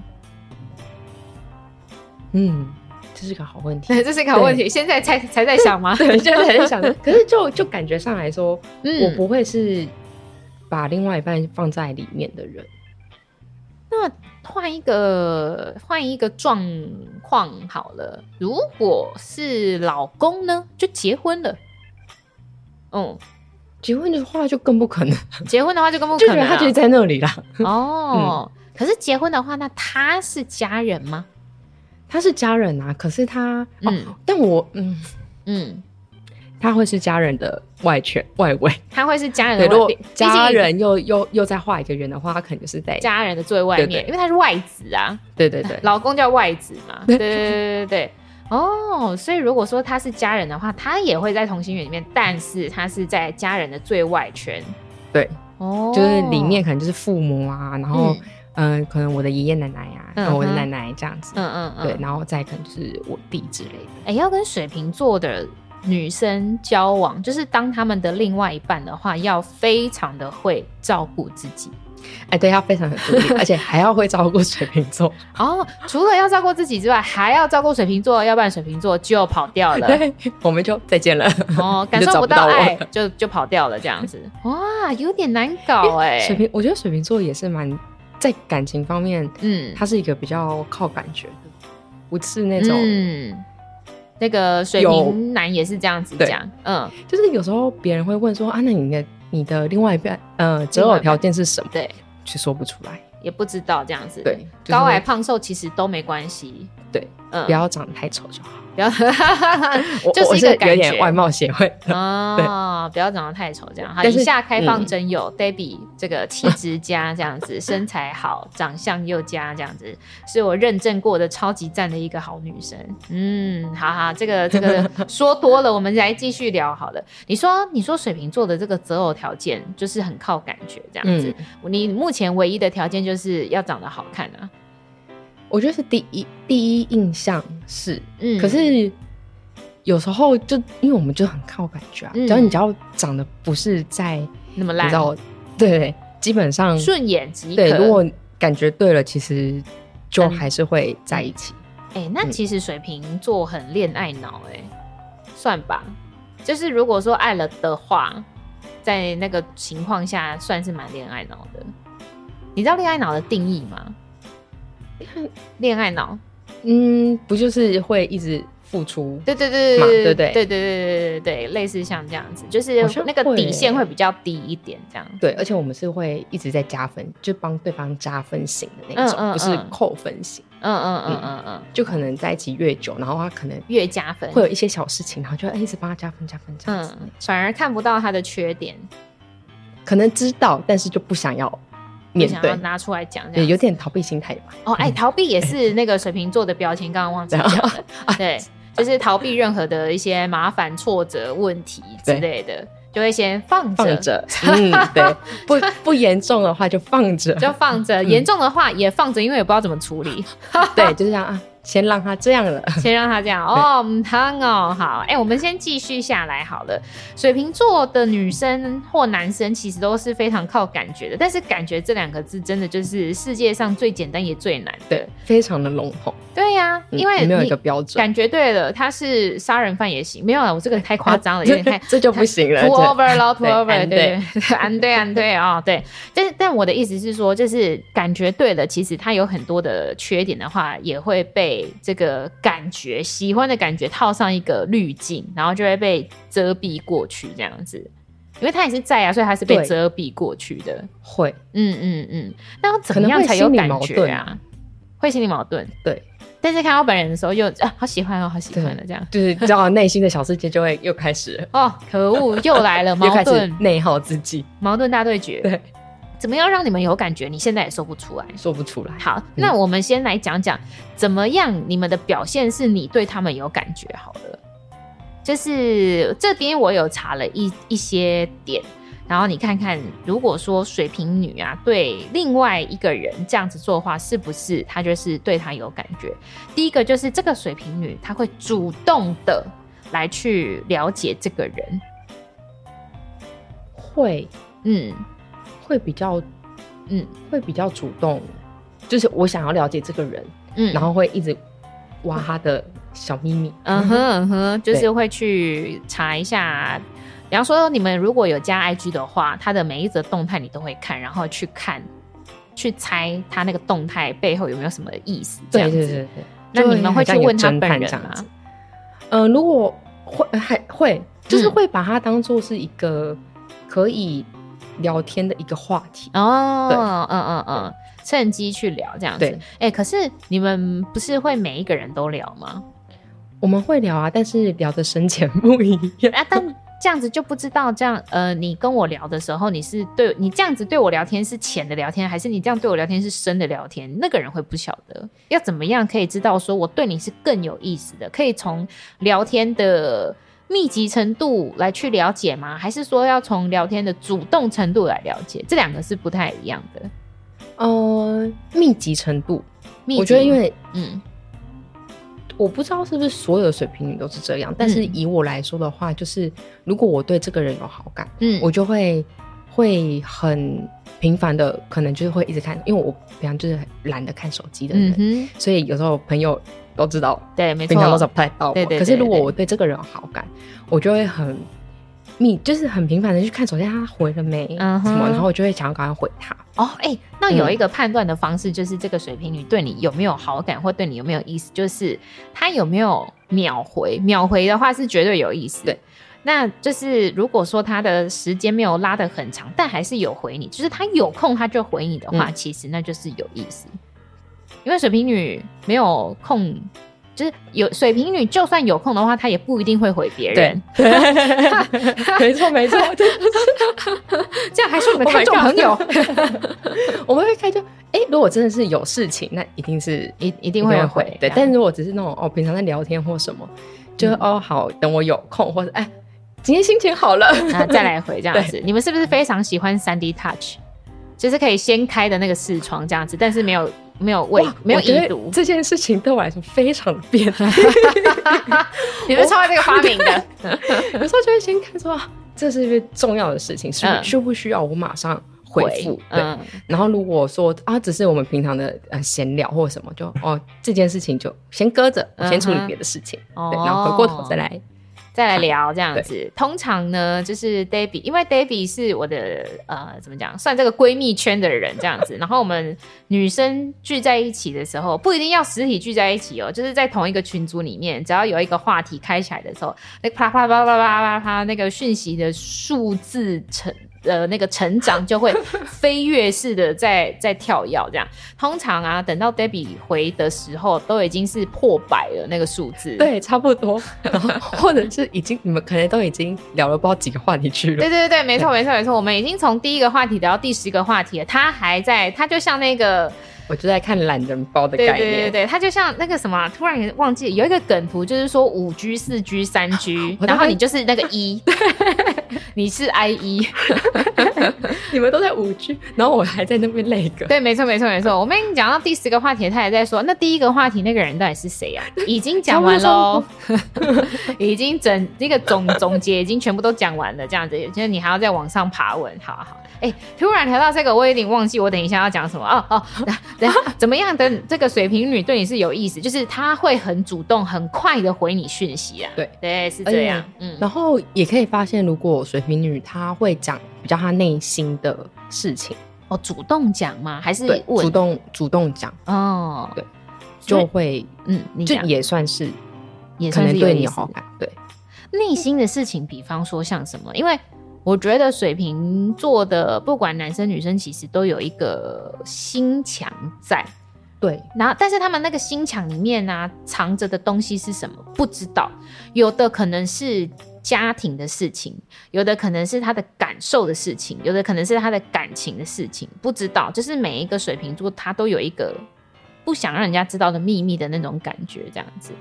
嗯，这是个好 [LAUGHS] 问题。 [LAUGHS] 这是一个好问题，现在才才在 [LAUGHS] 想吗？对，现在很想，可是就就感觉上来说，嗯我不会是把另外一半放在里面的人。换一个换一个状况好了，如果是老公呢，就结婚了。嗯，结婚的话就更不可能，结婚的话就更不就可觉能啊得了他就是在那里啦。哦。可是结婚的话，那他是家人吗？他是家人啊，可是他，哦嗯但我嗯，嗯，他会是家人的外圈外围。他会是家人对，的如嗯外果毕毕竟哦家人又又又再画一个圆的话，他可能就是在家人的最外面，对对因为他是外子啊，对对对，老公叫外子嘛。对对对对对对。哦，所以如果说他是家人的话，他也会在同心圆里面，但是他是在家人的最外圈。对，哦，就是里面可能就是父母啊，然后嗯嗯、呃可能我的爷爷奶奶呀、啊，嗯然后我的哼奶奶这样子，嗯嗯嗯，对，然后再可能就是我弟之类的。哎、要跟水瓶座的女生交往，就是当他们的另外一半的话，要非常的会照顾自己哎，对，他非常很独 [LAUGHS] 立，而且还要会照顾水瓶座。哦。除了要照顾自己之外，还要照顾水瓶座，要不然水瓶座就跑掉 [LAUGHS] 了。对，我们就再见了。哦，感你就受找不不到到我爱就就跑掉了，这样子哇，有点难搞哎、 [LAUGHS] 水瓶，我觉得水瓶座也是蛮在感情方面，嗯，他是一个比较靠感觉的，不是那种、嗯，那个水有瓶男也是这样子对讲，嗯，就是有时候别人会问说啊，那你的你的另外一半呃择另外一偶半条件是什么？对，却说不出来。也不知道这样子，对，就是高会矮胖瘦其实都没关系，对，嗯，不要长得太丑就好。不要， [LAUGHS] 我就我一是个有感点觉外貌协会的。哦，不要长得太丑，这样哈。但是以下开放嗯真友、d e b b i e 这个气质佳，这样 [LAUGHS] 子，身材好，长相又佳，这样子，是我认证过的超级赞的一个好女生。嗯，好好，这个这 [LAUGHS] 个说多了，我们来继续聊好了。你说你说水瓶座的这个择偶条件就是很靠感觉这样子，嗯你目前唯一的条件就是要长得好看啊。我觉得是第一第一印象是，嗯，可是有时候就因为我们就很靠感觉啊，嗯只要你只要长得不是在那么你烂知，道，对，基本上顺眼即可。对，如果感觉对了，其实就嗯还是会在一起。哎、那嗯其实水瓶座很恋爱脑，哎，算吧。就是如果说爱了的话，在那个情况下算是蛮恋爱脑的。你知道恋爱脑的定义吗？恋爱脑，嗯，不就是会一直付出？对对对嘛对对不对对对对对对对，类似像这样子，就是好像那个会底线欸会比较低一点，这样。对，而且我们是会一直在加分，就帮对方加分型的那种，嗯嗯不是嗯扣分型。嗯嗯嗯嗯嗯，就可能在一起越久，然后他可能越加分会，有一些小事情，然后就哎一直帮他加分加分这样子。嗯，反而看不到他的缺点，可能知道，但是就不想要不面想要对，拿出来讲，这也样有点逃避心态吧。哦，哎，逃避也是那个水瓶座的标签，刚刚忘记讲 [LAUGHS] 了。对，就是逃避任何的一些麻烦、挫折、问题之类的，就会先放着，放着，嗯， [LAUGHS] 对，不不严重的话就放着，嗯就放着。严重的话也放着，因为也不知道怎么处理。对，就是这样啊。先让他这样了。 [LAUGHS] 先让他这样哦，嗯，汤哦，好，哎、我们先继续下来好了。水瓶座的女生或男生其实都是非常靠感觉的，但是感觉这两个字真的就是世界上最简单也最难的。对，非常的笼统，对呀、嗯因为没有一你个标准，感觉对了，他是杀人犯也行，没有啊了，我这个太夸张了，有点太 [LAUGHS] 这就不行了。 too 这 over 了，too [LAUGHS] 对 over，安对对， [LAUGHS] 安对安对啊，对。但是但我的意思是说，就是感觉对了，其实它有很多的缺点的话，也会被这个感觉喜欢的感觉套上一个滤镜，然后就会被遮蔽过去这样子。因为他也是在啊，所以他是被对遮蔽过去的。会嗯嗯嗯，那要怎可么能样会才有心理感矛觉盾啊？会心理矛盾，对但是看到本人的时候又啊，好喜欢哦，好喜欢的这样。就是知道内心的小世界就会又开始了哦，可恶，又来了 [LAUGHS] 又 [LAUGHS] 矛开始盾，内耗自己，矛盾大对决。对，怎么样让你们有感觉？你现在也说不出来。说不出来。好，那我们先来讲讲怎么样你们的表现是你对他们有感觉好了。就是这边我有查了一一些点，然后你看看，如果说水瓶女啊对另外一个人这样子做的话，是不是她就是对他有感觉？第一个就是这个水瓶女，她会主动的来去了解这个人，会嗯会比较嗯会比较主动，就是我想要了解这个人，嗯，然后会一直挖他的小秘密。嗯哼嗯哼，就对是会去查一下。比方说，你们如果有加 IG 的话，它的每一则动态你都会看，然后去看，去猜它那个动态背后有没有什么意思，这样对子。对对对。那你们会去问他就本很像有人侦探这吗样子？嗯、如果会还会，就是嗯会把它当做是一个可以聊天的一个话题。哦，对嗯嗯嗯，趁机去聊这样子。对哎、可是你们不是会每一个人都聊吗？我们会聊啊，但是聊的深浅不一 [LAUGHS] 样。啊，但这样子就不知道，这样呃，你跟我聊的时候，你是对你这样子对我聊天是浅的聊天，还是你这样对我聊天是深的聊天？那个人会不晓得，要怎么样可以知道说我对你是更有意思的？可以从聊天的密集程度来去了解吗？还是说要从聊天的主动程度来了解？这两个是不太一样的。呃，密集程度，密集我觉得因为嗯我不知道是不是所有的水瓶女都是这样，但是嗯以我来说的话，就是如果我对这个人有好感，嗯，我就会会很频繁的，可能就是会一直看，因为我平常就是很懒得看手机的人，嗯哼，所以有时候朋友都知道，对，没平常都找错，不太到我。对对对可是如果对我对这个人有好感，我就会很密，就是很频繁的去看手机，哎他回了没，嗯哼什么，然后我就会想要赶快回 [LAUGHS] 他。哦，哎、那有嗯一个判断的方式，就是这个水瓶女对你有没有好感，或对你有没有意思，就是她有没有秒回。秒回的话是绝对有意思。对，那就是如果说她的时间没有拉得很长，但还是有回你，就是她有空她就回你的话，嗯其实那就是有意思。因为水瓶女没有空，就是有水瓶女就算有空的话，她也不一定会回别人。没错没错，对这样还是我们 [LAUGHS] Oh my 看众 God 朋友，我们会看就，哎、如果真的是有事情，那一定是一一一定会回。对，这样但如果只是那种哦，平常在聊天或什么，就、嗯哦好，等我有空，或者哎，今天心情好了， [LAUGHS] 那再来回这样子。你们是不是非常喜欢三 D touch？就是可以掀开的那个视窗这样子，但是没有没有位哇没有我觉得已读，这件事情对我来说非常的变态，你们是超爱这个发明的。有时候就会先看说啊这是不是重要的事情，是不嗯需不需要我马上 [LAUGHS] 回复？对。嗯，然后如果说啊，只是我们平常的呃闲聊或什么，就哦这件事情就先搁着，我先处理嗯哼别的事情，哦对，然后回过头再来。再来聊这样子。通常呢，就是 Debbie，因为 Debbie 是我的呃，怎么讲，算这个闺蜜圈的人这样子。然后我们女生聚在一起的时候，不一定要实体聚在一起哦，就是在同一个群组里面，只要有一个话题开起来的时候，那啪啪啪啪啪啪啪，那个讯息的数字成。呃，那个成长就会飞跃式的在在跳跃，这样。通常啊，等到 Debbie 回的时候，都已经是破百了那个数字。对，差不多。 [LAUGHS] 然后或者是已经你们可能都已经聊了不知道几个话题去了对。对对，没错没错没错，我们已经从第一个话题聊到第十个话题了，他还在，他就像那个，我就在看懒人包的对概对对念。对，他就像那个什么啊，突然忘记有一个梗图，就是说五 G、四 G、三 G，啊然我大后 [LAUGHS] [LAUGHS] 概 E 你就是那个一，你是 I 一，你们都在五 G，然后我还在那边累 [LAUGHS] 个。对，没错，没错，没错。我们已经讲到第十个话题，他也在说，那第一个话题那个人到底是谁 [LAUGHS] 呀、啊？已经讲完喽， [LAUGHS] 已经整这个总总结已经全部都讲完了，这样子，就是你还要再往上爬文，好啊好。哎、欸，突然聊到这个，我有点忘记我等一下要讲什么哦 [LAUGHS] 哦，等下怎么样？等这个水瓶女对你是有意思，就是她会很主动、很快的回你讯息啊。对对，是这样。嗯，然后也可以发现，如果水瓶女她会讲比较她内心的事情，哦，主动讲吗？还是对，问主动主动讲哦，对，所以就会嗯，你就讲也算是也可算能是有对意你思有好感。对，内心的事情，比方说像什么？因为我觉得水瓶座的不管男生女生，其实都有一个心墙在。对，然后，但是他们那个心墙里面呢、藏着的东西是什么？不知道。有的可能是家庭的事情，有的可能是他的感受的事情，有的可能是他的感情的事情，不知道。就是每一个水瓶座，他都有一个不想让人家知道的秘密的那种感觉，这样子。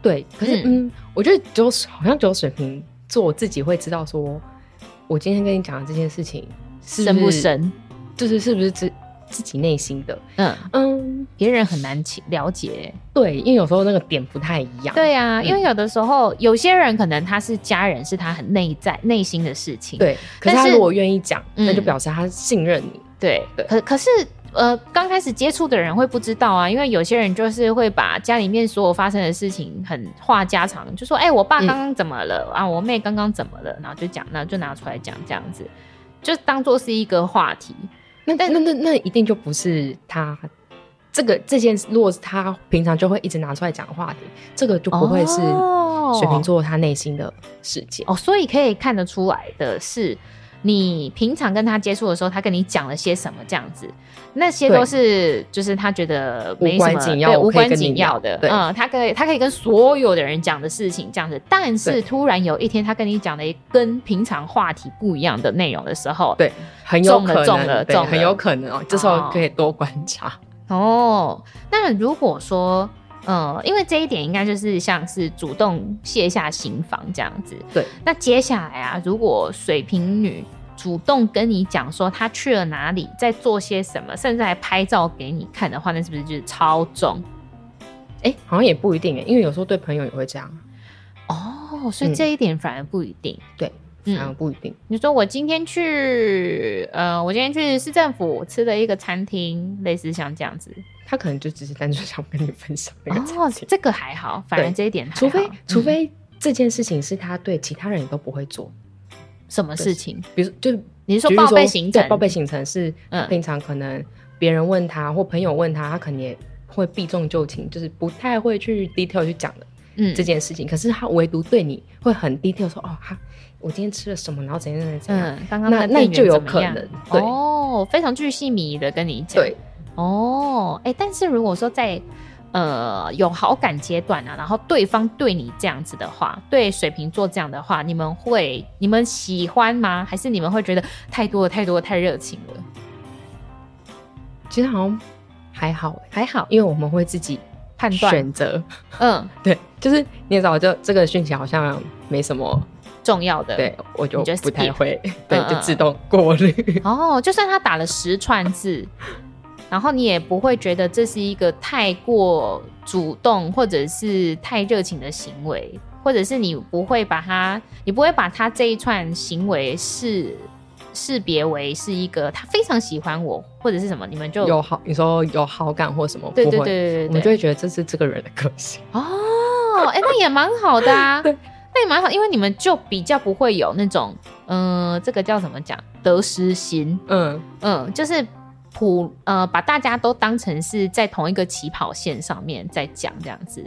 对，可是嗯我觉得只有好像只有水瓶座自己会知道说，我今天跟你讲的这件事情是深不是？深？就是是不是自自己内心的？嗯，嗯，别人很难起了解欸、对，因为有时候那个点不太一样。对呀、嗯因为有的时候有些人可能他是家人，是他很内在内心的事情。对，可但是他是如果愿意讲，嗯那就表示他信任你。对对可可是呃，刚开始接触的人会不知道啊，因为有些人就是会把家里面所有发生的事情很话家常，就说哎、我爸嗯刚刚怎么了、啊，我妹刚刚怎么了，然后就讲，那就拿出来讲这样子，就当做是一个话题。那但那那那一定就不是他这个这件事，如果是他平常就会一直拿出来讲的话题，这个就不会是哦水瓶座他内心的世界。哦，所以可以看得出来的是，你平常跟他接触的时候，他跟你讲了些什么这样子，那些对都是就是他觉得没无什关么紧要对我无可以关跟你紧要聊的，对嗯，他可以他可以跟所有的人讲的事情这样子，但是对突然有一天他跟你讲了一跟平常话题不一样的内容的时候，对，很有中可了能，中了对中了很有可能哦。这时候可以多观察。哦，那如果说，呃，因为这一点应该就是像是主动卸下心防这样子。对。那接下来啊，如果水瓶女主动跟你讲说她去了哪里，在做些什么，甚至还拍照给你看的话，那是不是就是超重？哎、好像也不一定哎，因为有时候对朋友也会这样，哦，所以这一点反而不一定。对，嗯反而不一定。你说我今天去，呃，我今天去市政府吃了一个餐厅，类似像这样子。他可能就只是单纯想跟你分享那个餐哦厅，这个还好，反而对这一点还好。除非嗯除非这件事情是他对其他人也都不会做，什么事情？比如就是你是比说如报备行程？对报备行程是嗯平常可能别人问他或朋友问他，他可能也会避重就轻，就是不太会去 detail 去讲的嗯这件事情。可是他唯独对你会很 detail 说哦，他我今天吃了什么，然后怎样怎样怎样。嗯，刚刚那的那店员就有怎么可样能对哦，非常巨细靡遗的跟你讲，对，哦，哎、但是如果说在呃有好感阶段啊，然后对方对你这样子的话，对水瓶座这样的话，你们会你们喜欢吗？还是你们会觉得太多了太多了太热情了？其实好像还好欸、还好因为我们会自己判断，选择。嗯，对，就是你也知道，就这个讯息好像没什么，重要的，对我就嗯你就不太 skip 会，对嗯，就嗯自动过滤。哦，就算他打了十串字，然后你也不会觉得这是一个太过主动或者是太热情的行为，或者是你不会把他，你不会把他这一串行为视识别为是一个他非常喜欢我或者是什么，你们就有好，你说有好感或什么？对对不对会我对们就对会觉得这是这个人的个 [LAUGHS] 性。，哦，哎、那也蛮好的啊 [LAUGHS] 对那也蛮好，因为你们就比较不会有那种嗯、呃这个叫怎么讲得失心，嗯，嗯，就是普呃，把大家都当成是在同一个起跑线上面在讲这样子。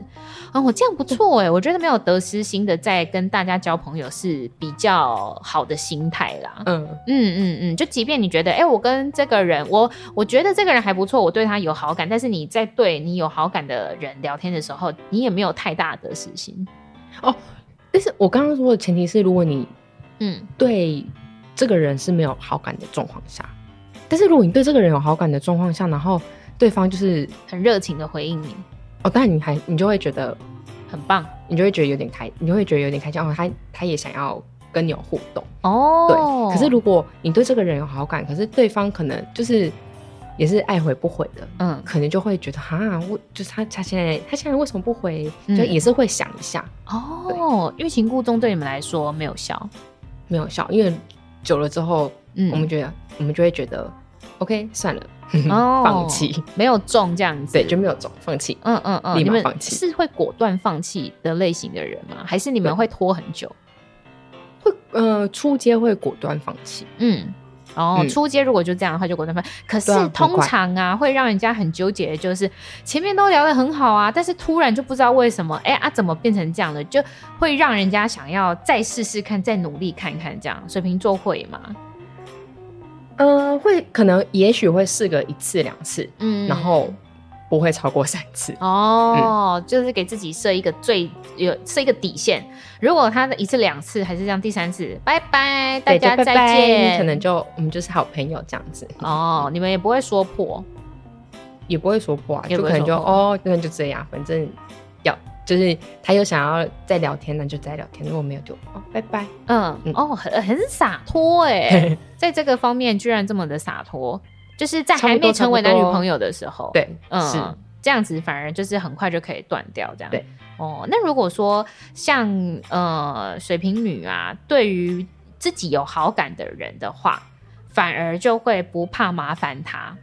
啊，我这样不错哎、我觉得没有得失心的在跟大家交朋友是比较好的心态啦。嗯，嗯嗯嗯，就即便你觉得，哎、我跟这个人，我我觉得这个人还不错，我对他有好感，但是你在对你有好感的人聊天的时候，你也没有太大的得失心。但是我刚刚说的前提是，如果你嗯，对这个人是没有好感的状况下，但是如果你对这个人有好感的状况下，然后对方就是很热情的回应你，哦，但你还你就会觉得，很棒。你就会觉得有点开，你就会觉得有点开心哦，他他也想要跟你有互动。哦，对，可是如果你对这个人有好感，可是对方可能就是也是爱回不回的，嗯可能就会觉得哈，我就是他，他现在他现在为什么不回？嗯就也是会想一下，哦，欲擒故纵对你们来说没有效，没有效，因为久了之后，嗯我们觉得我们就会觉得 OK 算了，哦 [LAUGHS] 放弃，没有中这样子，对，就没有走，放弃。嗯嗯嗯，立你马们放弃是会果断放弃的类型的人吗？还是你们对会拖很久？会呃，初阶会果断放弃，嗯。哦，嗯初阶如果就这样的话，就果断放弃。可是对啊很通快常啊，会让人家很纠结的就是，前面都聊得很好啊，但是突然就不知道为什么，哎、啊，怎么变成这样了？就会让人家想要再试试看，再努力看看这样。水瓶座会吗？呃，会可能也许会试个一次两次，嗯，然后不会超过三次。嗯哦，就是给自己设一个最有设一个底线。如果他的一次两次还是这样，第三次，拜拜，大对就家再见。拜拜可能就我们就是好朋友这样子，哦，你们也不会说破，也不会说破啊，也就不会可能就说破哦，那就这样，反正要就是他有想要再聊天，那就再聊天；如果没有就哦，拜拜。嗯，嗯哦，很很洒脱 [LAUGHS] 哎，在这个方面居然这么的洒脱，就是在还没成为男女朋友的时候，，对，是嗯，这样子反而就是很快就可以断掉这样。对，哦，那如果说像呃水瓶女啊，对于自己有好感的人的话，反而就会不怕麻烦他，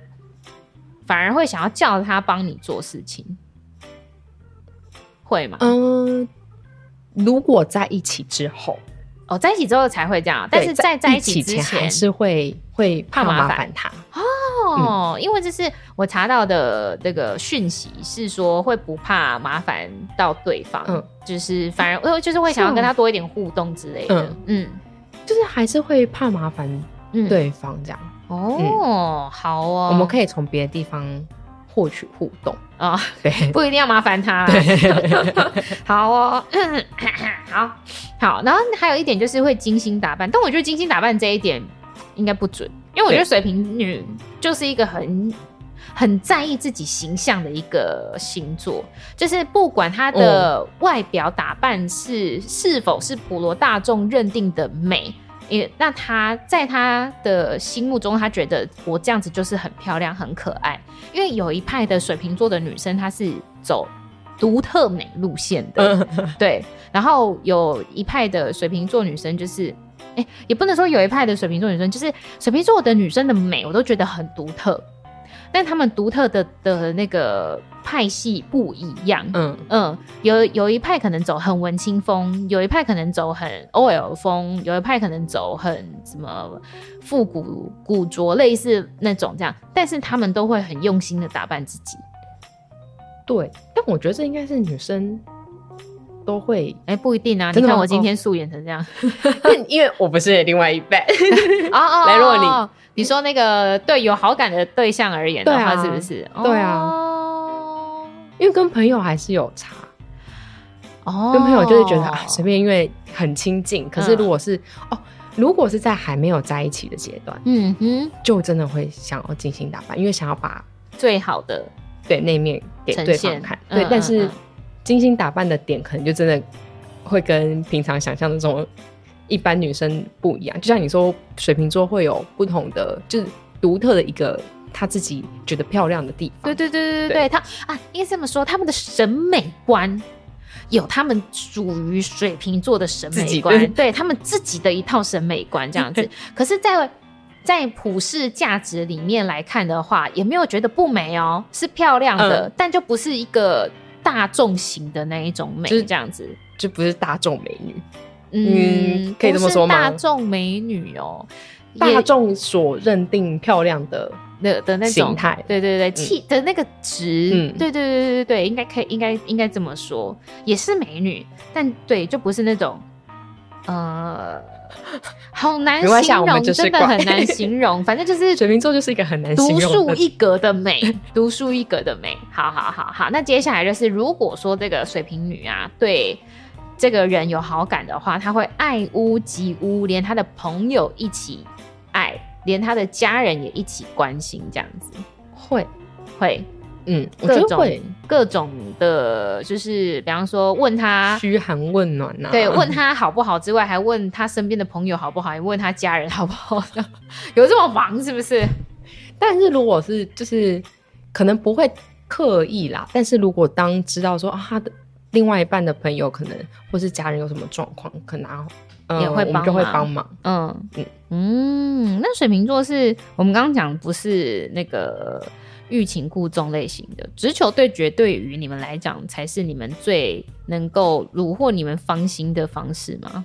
反而会想要叫他帮你做事情，会吗？嗯。如果在一起之后，哦，在一起之后才会这样，但对是在在在一起之前还是会会怕怕麻麻烦烦他，哦，因为这是我查到的那个讯息，是说会不怕麻烦到对方，嗯哦就是反而呃就是会想要跟他多一点互动之类的，嗯就是还是会怕麻烦嗯，，对方这样。哦，好哦，我们可以以从别的地方获取互动，啊、对，不一定要麻烦他啦，好哦，好好，然后还有一点就是会精心打扮，但我觉得精心打扮这一点应该不准，因为我觉得对水瓶女就是一个很很在意自己形象的一个星座，就是不管她的外表打扮是、是否是普罗大众认定的美。也，那她在她的心目中，她觉得我这样子就是很漂亮、很可爱。因为有一派的水瓶座的女生，她是走独特美路线的，对，然后有一派的水瓶座女生就是，哎、也不能说有一派的水瓶座女生，就是水瓶座的女生的美，我都觉得很独特，但她们独特的的那个派系不一样。嗯 [LAUGHS] 嗯，有有一派可能走很文青风，有一派可能走很 OL 风，有一派可能走很什么复古古着类似那种这样，但是她们都会很用心的打扮自己。对。但我觉得这应该是女生 [LAUGHS] 都会，哎、不一定啊，你真的看吗我今哦天素颜成这样。因为我不是另外一半，哦哦，来哦如果你哦你说那个对有好感的对象而言的对话，啊是不是？对啊哦，因为跟朋友还是有差。哦，嗯跟朋友就是觉得啊，随便，因为很亲近。可是如果是、哦，如果是在还没有在一起的阶段，嗯哼，就真的会想要精心打扮，因为想要把最好的，对那面给呈对方现看。嗯对，嗯但是嗯精心打扮的点可能就真的会跟平常想象的这种一般女生不一样。就像你说，水瓶座会有不同的，就是独特的一个他自己觉得漂亮的地方。对对对对对，对他啊，应该这么说，他们的审美观。有他们属于水瓶座的审自美己观对，对他们自己的一套审美观这样子。 [LAUGHS] 可是在，在普世价值里面来看的话，也没有觉得不美哦，是漂亮呃的，但就不是一个大众型的那一种美，就是这样子。就不是大众美女，嗯嗯，可以这么说吗不是大众美女哦，也大众所认定漂亮的的的那种形态对对对，气、的那个值，嗯对对对对对，应该可以，应该应该这么说，也是美女，但对，就不是那种，呃，好难没关系形啊我容，们就是真的怪 [LAUGHS] 很难形容，反正就是水瓶座就是一个很难独形容树的一格的美，独树一格的美。好好好好，那接下来就是，如果说这个水瓶女啊，对这个人有好感的话，她会爱屋及乌，连她的朋友一起爱，连她的家人也一起关心，这样子会会嗯，我各觉得种会各种的，就是比方说问他，嘘寒问暖呐、啊，对， [LAUGHS] 问他好不好之外，还问他身边的朋友好不好，还问他家人好不好， [LAUGHS] 有这么忙是不是？但是如果是就是可能不会刻意啦，但是如果当知道说啊他的另外一半的朋友可能或是家人有什么状况，可能、啊呃、也会我帮们就会忙帮忙。嗯嗯嗯，那水瓶座是我们刚刚讲不是那个欲擒故纵类型的，直球对决对于你们来讲才是你们最能够虏获你们芳心的方式吗？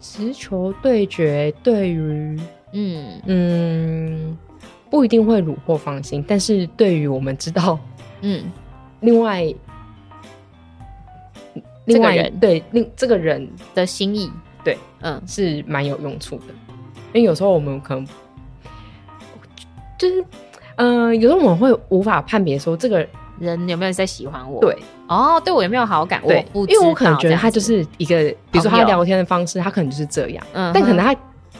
直球对决对于嗯嗯不一定会虏获芳心，但是对于我们知道嗯，另外这另个外一人对另这个人的心意，对，嗯是蛮有用处的，因为有时候我们可能就是，嗯、有时候我们会无法判别说这个人有没有在喜欢我？对哦，对我有没有好感？我对，不知道，因为我可能觉得他就这样子，是一个，比如说朋他友聊天的方式，他可能就是这样，嗯哼但可能他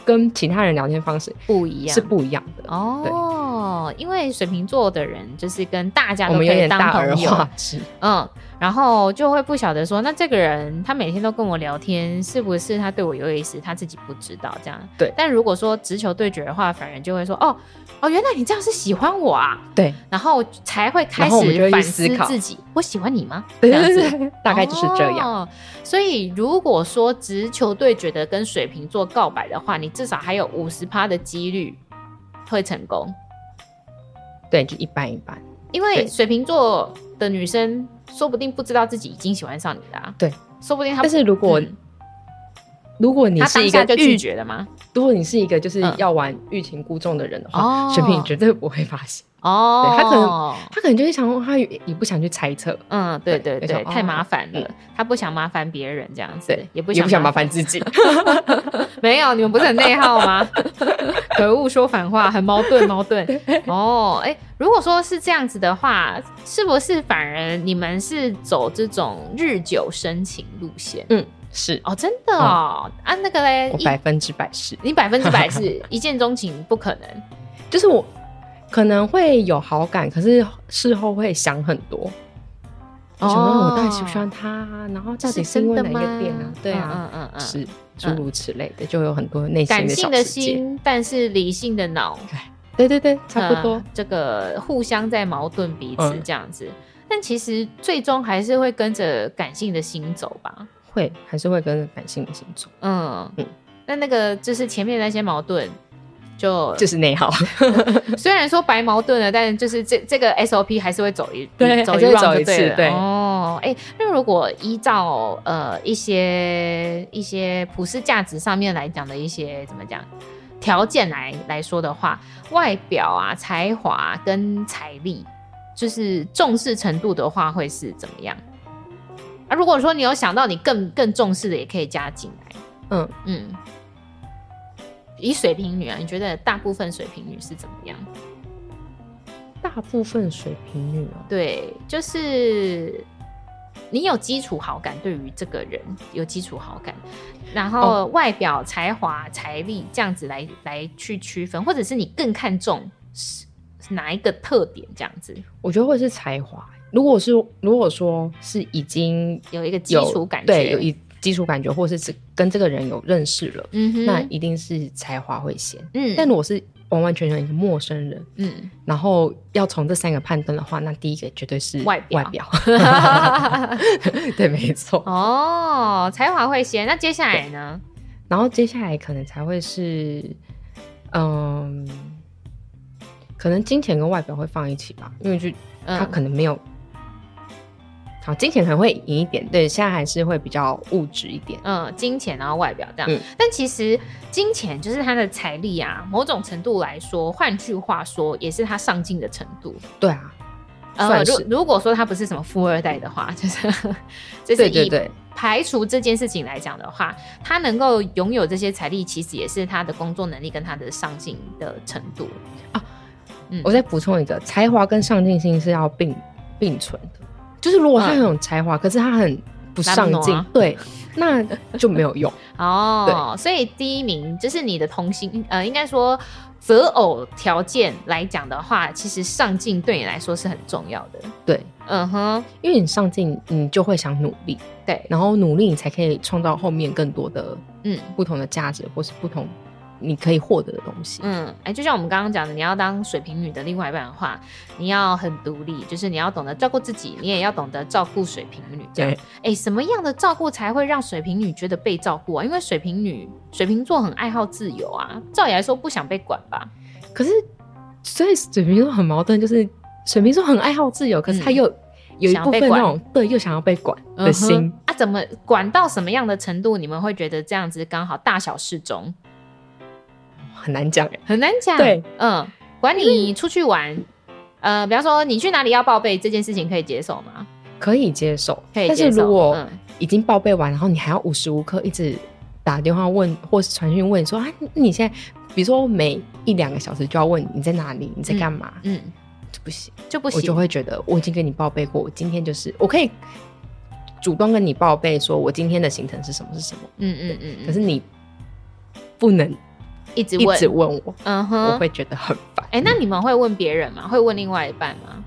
跟其他人聊天方式不一样，是不一样的。哦，因为水瓶座的人就是跟大家我都们可有以点当大而朋友，化之，嗯，然后就会不晓得说，那这个人他每天都跟我聊天，是不是他对我有意思？他自己不知道这样。对但如果说直球对决的话，反而就会说，哦哦，原来你这样是喜欢我啊， [LAUGHS] 对然后才会开然后我们就始会去反思思考自己，我喜欢你 [LAUGHS] 吗？对这样子对对，大概就是这样。哦所以如果说直球对决的跟水瓶座告白的话，你至少还有五十趴的几率会成功，对，就一般一般。因为对水瓶座的女生说不定不知道自己已经喜欢上你啦、对，说不定她但是如果嗯如果你她是当一个下就拒欲，绝了吗？如果你是一个就是嗯要玩欲擒故纵的人的哦话，水瓶绝对不会发现。哦，对她可他可能就会想说，他也也不想去猜测，嗯，对对对对，没错太哦麻烦了，她不想麻烦别人这样子对，，也不也想不想麻烦自己。 [LAUGHS] 没有，你们不是很内耗 [LAUGHS] 吗？可恶，说反话，很矛盾，矛盾。哦，哎、如果说是这样子的话，是不是反而你们是走这种日久生情路线？嗯，是哦，真的哦，啊，那个嘞嗯我，一百分之百是，你百分之百 [LAUGHS] 是一见钟情，不可能。哎就是我可能会有好感，可是事后会想很多。哦我想到我到底喜不喜欢他啊，然后到底是因为哪真一的个吗点啊？对啊，，嗯嗯嗯嗯，是诸如此类的，就有很多内心感性小的世界。心，但是理性的脑，对对对，差不多嗯。这个互相在矛盾彼此嗯这样子。但其实最终还是会跟着感性的心走吧。会还是会跟着感性的星座，嗯嗯，那那个就是前面那些矛盾，就就是内耗， [LAUGHS] 虽然说白矛盾了，但就是这这个 SOP 还是会走一对走还一是会 round 走一就次对了对哦，哎、那如果依照呃一些一些普世价值上面来讲的一些怎么讲条件来来说的话，外表啊、才华跟财力，就是重视程度的话，会是怎么样？啊，如果说你有想到你更更重视的，也可以加进来。嗯，嗯，以水瓶女啊，你觉得大部分水瓶女是怎么样？大部分水瓶女哦，对，就是你有基础好感，对于这个人有基础好感，然后哦外表、才华、财力这样子来来去区分，或者是你更看重是是哪一个特点，这样子我觉得会是才华。如果是如果说是已经有一个基有础感觉，对，有一基础感觉，或是是跟这个人有认识了，嗯哼，那一定是才华会先。嗯，但如果是完完全全一个陌生人， [LAUGHS] 嗯， [LAUGHS] 然后要从这三个判断的话，那第一个绝对是外表外表， [LAUGHS] 对，没错。哦，才华会先，那接下来呢？然后接下来可能才会是，嗯，可能金钱跟外表会放一起吧，因为就嗯他可能没有。好，金钱可能会赢一点，对，现在还是会比较物质一点，嗯，金钱然后外表这样。嗯但其实金钱就是他的财力啊，某种程度来说，换句话说，也是他上进的程度。对啊，呃，算如是如果说他不是什么富二代的话， [LAUGHS] 就是就是对对以对，排除这件事情来讲的话，他能够拥有这些财力，其实也是他的工作能力跟他的上进的程度。我再补充一个，嗯才华跟上进心是要并并存的。就是如果他很有才华，可是他很不上进懒惰啊，对，那就没有 [LAUGHS] 用。哦，所以第一名就是你的同性，呃，应该说择偶条件来讲的话，其实上进对你来说是很重要的。对，嗯哼，因为你上进，你就会想努力，对，然后努力你才可以创造后面更多的嗯不同的价值，或是不同你可以获得的东西。嗯，哎、就像我们刚刚讲的，你要当水瓶女的另外一半的话，你要很独立，就是你要懂得照顾自己，你也要懂得照顾水瓶女。这样，对，哎、什么样的照顾才会让水瓶女觉得被照顾啊？因为水瓶女、水瓶座很爱好自由啊，照理来说不想被管吧？可是所以水瓶座很矛盾，就是水瓶座很爱好自由，可是他又、有嗯一想要部被分那管种对又想要被管的心。嗯哼啊，怎么管到什么样的程度，你们会觉得这样子刚好大小适中，很难讲哎。很难讲。对，嗯，管你出去玩，呃，比方说你去哪里要报备这件事情，可以接受吗？可以接受，可以但接是受。如果嗯已经报备完，然后你还要无时无刻一直打电话问，或是传讯问说啊，你现在，比如说每一两个小时就要问你在哪里，你在干嘛，嗯，就不行，就不我就行。会觉得我已经跟你报备过，我今天就是我可以主动跟你报备说我今天的行程是什么是什么，嗯嗯嗯可嗯，是你不能一直一问，直问我，嗯我哼。会觉得很烦。哎、那你们会问别人吗？会问另外一半嗯吗？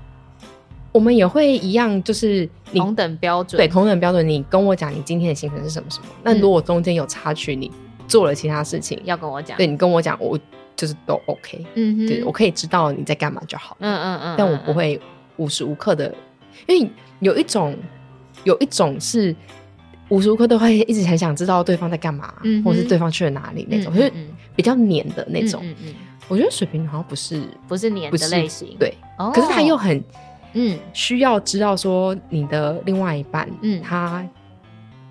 我们也会一样，就是你同等标准。对，同等标准，你跟我讲你今天的行程是什么什么。那嗯如果中间有插曲，你做了其他事情，要跟我讲。对，你跟我讲，我就是都 OK，、嗯哼，对我可以知道你在干嘛就好，嗯嗯嗯，但我嗯不。会无时无刻的，因为有一种有一种是无时无刻都会一直很想知道对方在干嘛，嗯哼或是对方去了哪里那种，嗯就是嗯嗯比较黏的那种。嗯嗯嗯我觉得水瓶好像不是不是黏不的是类型。，对，哦、可是他又很嗯需要知道说你的另外一半，嗯他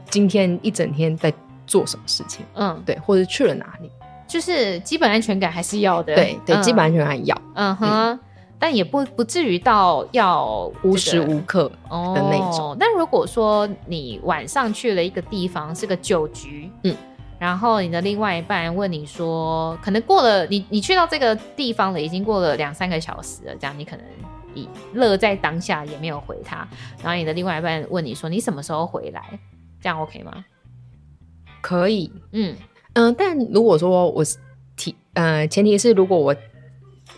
今天一整天在做什么事情，嗯，对，或者去了哪里，就是基本安全感还是要的。对对，嗯基本安全感要嗯哼，但也不不至于到要无这时个无刻。的那种哦。那如果说你晚上去了一个地方，是个酒局，嗯。然后你的另外一半问你说，可能过了你你去到这个地方了，已经过了两三个小时了，这样你可能以乐在当下也没有回他，然后你的另外一半问你说你什么时候回来，这样 OK 吗？可以，嗯嗯、但如果说我是提，呃，前提是如果我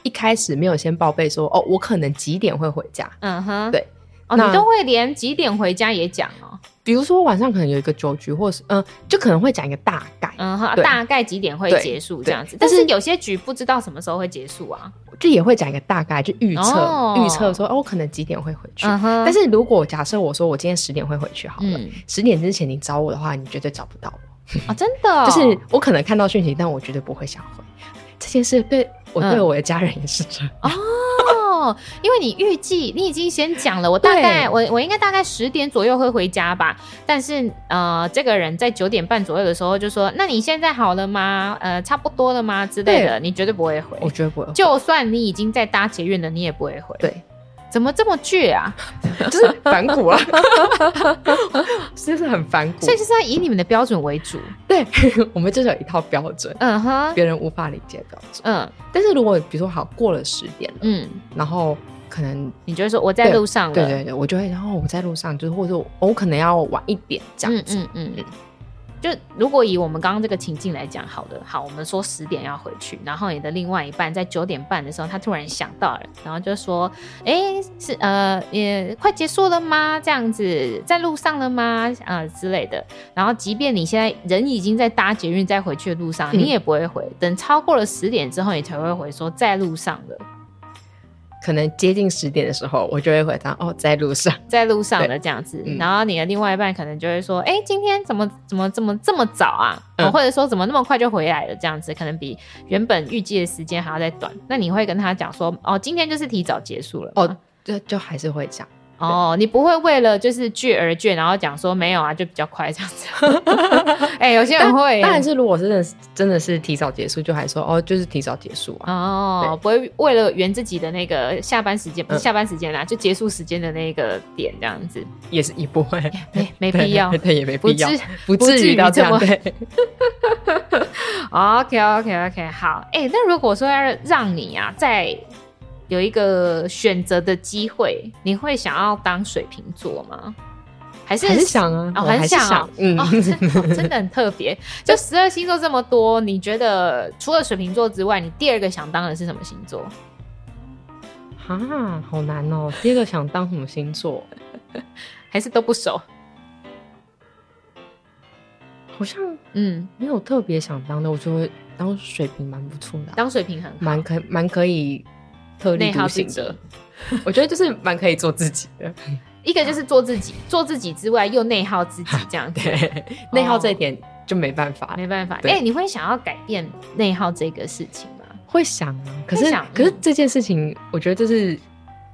一开始没有先报备说，哦，我可能几点会回家，嗯哼，对。哦，那你都会连几点回家也讲哦，比如说晚上可能有一个酒局，或是嗯、呃就可能会讲一个大概，嗯哼，对大概几点会对结束对这样子？但但是是有些局不知道什么时候会结束啊。就也会讲一个大概，就预测、哦预测说，哦，我可能几点会回去。嗯哼，但是如果假设我说我今天十点会回去好了，嗯，十、点之前你找我的话，你绝对找不到我。哦，真的哦、就是我可能看到讯息，但我绝对不会想回。这件事对我嗯对我的家人也是这样。哦， [LAUGHS] 因为你预计你已经先讲了，我大概我我应该大概十点左右会回家吧，但是呃，这个人在九点半左右的时候就说，那你现在好了吗？呃，差不多了吗？之类的，你绝对不会回。我绝对不会回，就算你已经在搭捷运了，你也不会回。对，怎么这么倔 [LAUGHS] 啊？就是反骨啊， [LAUGHS] 就是很反骨所。以就是要以你们的标准为主。对， [LAUGHS] 我们就是有一套标准，嗯哼，别人无法理解的标准。嗯但是如果比如说好过了十点了，嗯，然后可能你就会说我在路上了。对对对，我就会，然后我在路上，就是或者我,、我可能要晚一点这样子，嗯嗯嗯。就如果以我们刚刚这个情境来讲，好的，好，我们说十点要回去，然后你的另外一半在九点半的时候，他突然想到了，然后就说：“哎，是呃，也快结束了吗？这样子，在路上了吗？呃之类的。”然后，即便你现在人已经在搭捷运在回去的路上，嗯你也不会回。等超过了十点之后，你才会回说在路上了，可能接近十点的时候，我就会回答哦，在路上。 [LAUGHS] 在路上了这样子。嗯然后你的另外一半可能就会说：“哎、今天怎么怎么怎么这么早啊？嗯哦或者说怎么那么快就回来了？这样子可能比原本预计的时间还要再短。那你会跟他讲说：哦，今天就是提早结束了。哦，就就还是会讲，哦，你不会为了就是倔而倔，然后讲说没有啊，就比较快这样子。 [LAUGHS] 哎、有些人会耶当然是如果真的是真的是提早结束，就还说哦，就是提早结束啊。哦，不会为了圆自己的那个下班时间，不是嗯下班时间啦、就结束时间的那个点这样子，也是也不会，没没对必要。 [LAUGHS] 对，也没必要不至，不不至至于于到这样。这对， OK OK OK，好，哎、那如果说要让你啊，在有一个选择的机会，你会想要当水瓶座吗？还是还是想啊，哦我很还是想啊想，嗯哦， [LAUGHS] 真的哦真的很特别。就十二星座这么多，你觉得除了水瓶座之外，你第二个想当的是什么星座？啊，好难哦。第一个想当什么星座？还是都不熟？好像嗯，没有特别想当的，我觉得当水平蛮不错的啊、当水瓶很好蛮可蛮可以特立内独耗自行己的。。 [LAUGHS] 我觉得就是蛮可以做自己 [LAUGHS] 的。一个就是做自己，做自己之外又内耗自己，这样子啊对，内耗这一点就没办法，没办法。对哎、你会想要改变内耗这个事情吗？会想啊。可是想可是嗯这件事情，我觉得这是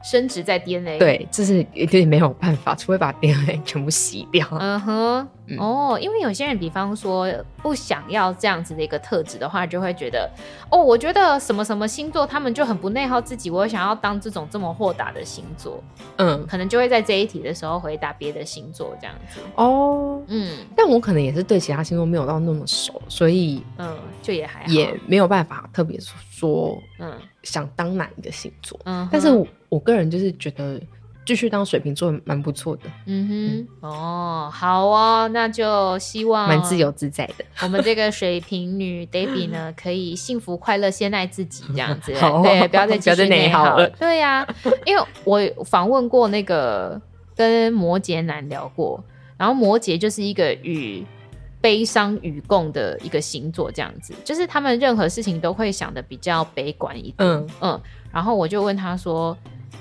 升职在 DNA。，对，这是一定没有办法，除非把 DNA 全部洗掉。嗯哼，嗯哦，因为有些人，比方说不想要这样子的一个特质的话，就会觉得，哦，我觉得什么什么星座他们就很不内耗自己，我想要当这种这么豁达的星座，嗯，可能就会在这一题的时候回答别的星座这样子。哦。嗯但我可能也是对其他星座没有到那么熟，所以嗯，就也还好。也没有办法特别说嗯想当哪一个星座。嗯哼，但是我我个人就是觉得继续当水瓶座蛮不错的，嗯哼，哦，好哦，那就希望蛮自由自在的。 [LAUGHS] 我们这个水瓶女 Debbie 呢，可以幸福快乐，先爱自己这样子， [LAUGHS] 好啊对，不要再继不要再续内内耗耗了对呀、因为我访问过那个跟摩羯男聊过，然后摩羯就是一个与悲伤与共的一个星座，这样子，就是他们任何事情都会想的比较悲观一点。嗯，嗯，然后我就问他说：“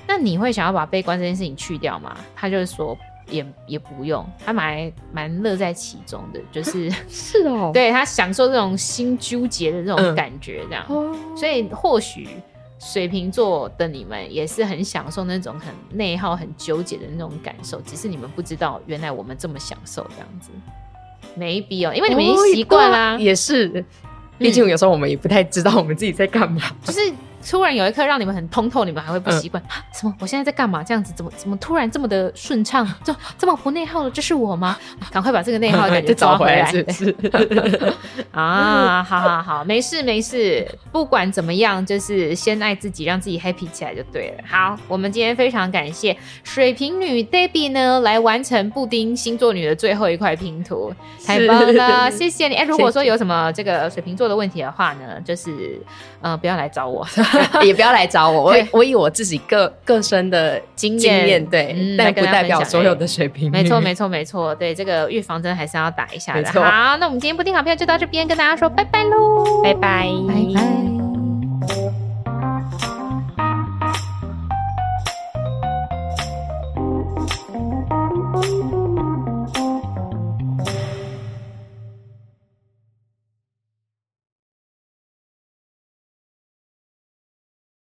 那你会想要把悲观这件事情去掉吗？”他就说：“也也不用，他蛮蛮乐在其中的，就是是哦对，对他享受这种心纠结的这种嗯感觉，这样。哦，所以或许水瓶座的你们也是很享受那种很内耗、很纠结的那种感受，只是你们不知道，原来我们这么享受这样子。maybe 哦，因为你们已经习惯啦、哦对啊也是。毕竟有时候我们也不太知道我们自己在干嘛。就是突然有一刻让你们很通透，你们还会不习惯、啊什嗯么？我现在在干嘛？这样子怎么怎么突然这么的顺畅，这这么不内耗了？这是我吗？赶快把这个内耗的感觉 [LAUGHS] 就抓找回回来，来，[LAUGHS] 是不是？ [LAUGHS] 啊，好好好，没事没事，不管怎么样，就是先爱自己，让自己 happy 起来就对了。好，我们今天非常感谢水瓶女 Debbie 呢，来完成布丁星座女的最后一块拼图，太是棒 [LAUGHS] 了，谢谢你。哎、如果说谢谢有什么这个水瓶座的问题的话呢，就是呃，不要来找 [LAUGHS] 我，也不要来找我，我对我以我自己个个身的经经验对，嗯来但跟不大家代分表享哎所有的水平。没错，没错，没错，对，这个预防针还是要打一下没的。错好，那我们今天布丁好票就到这边，跟大家说拜拜喽，拜拜，拜拜。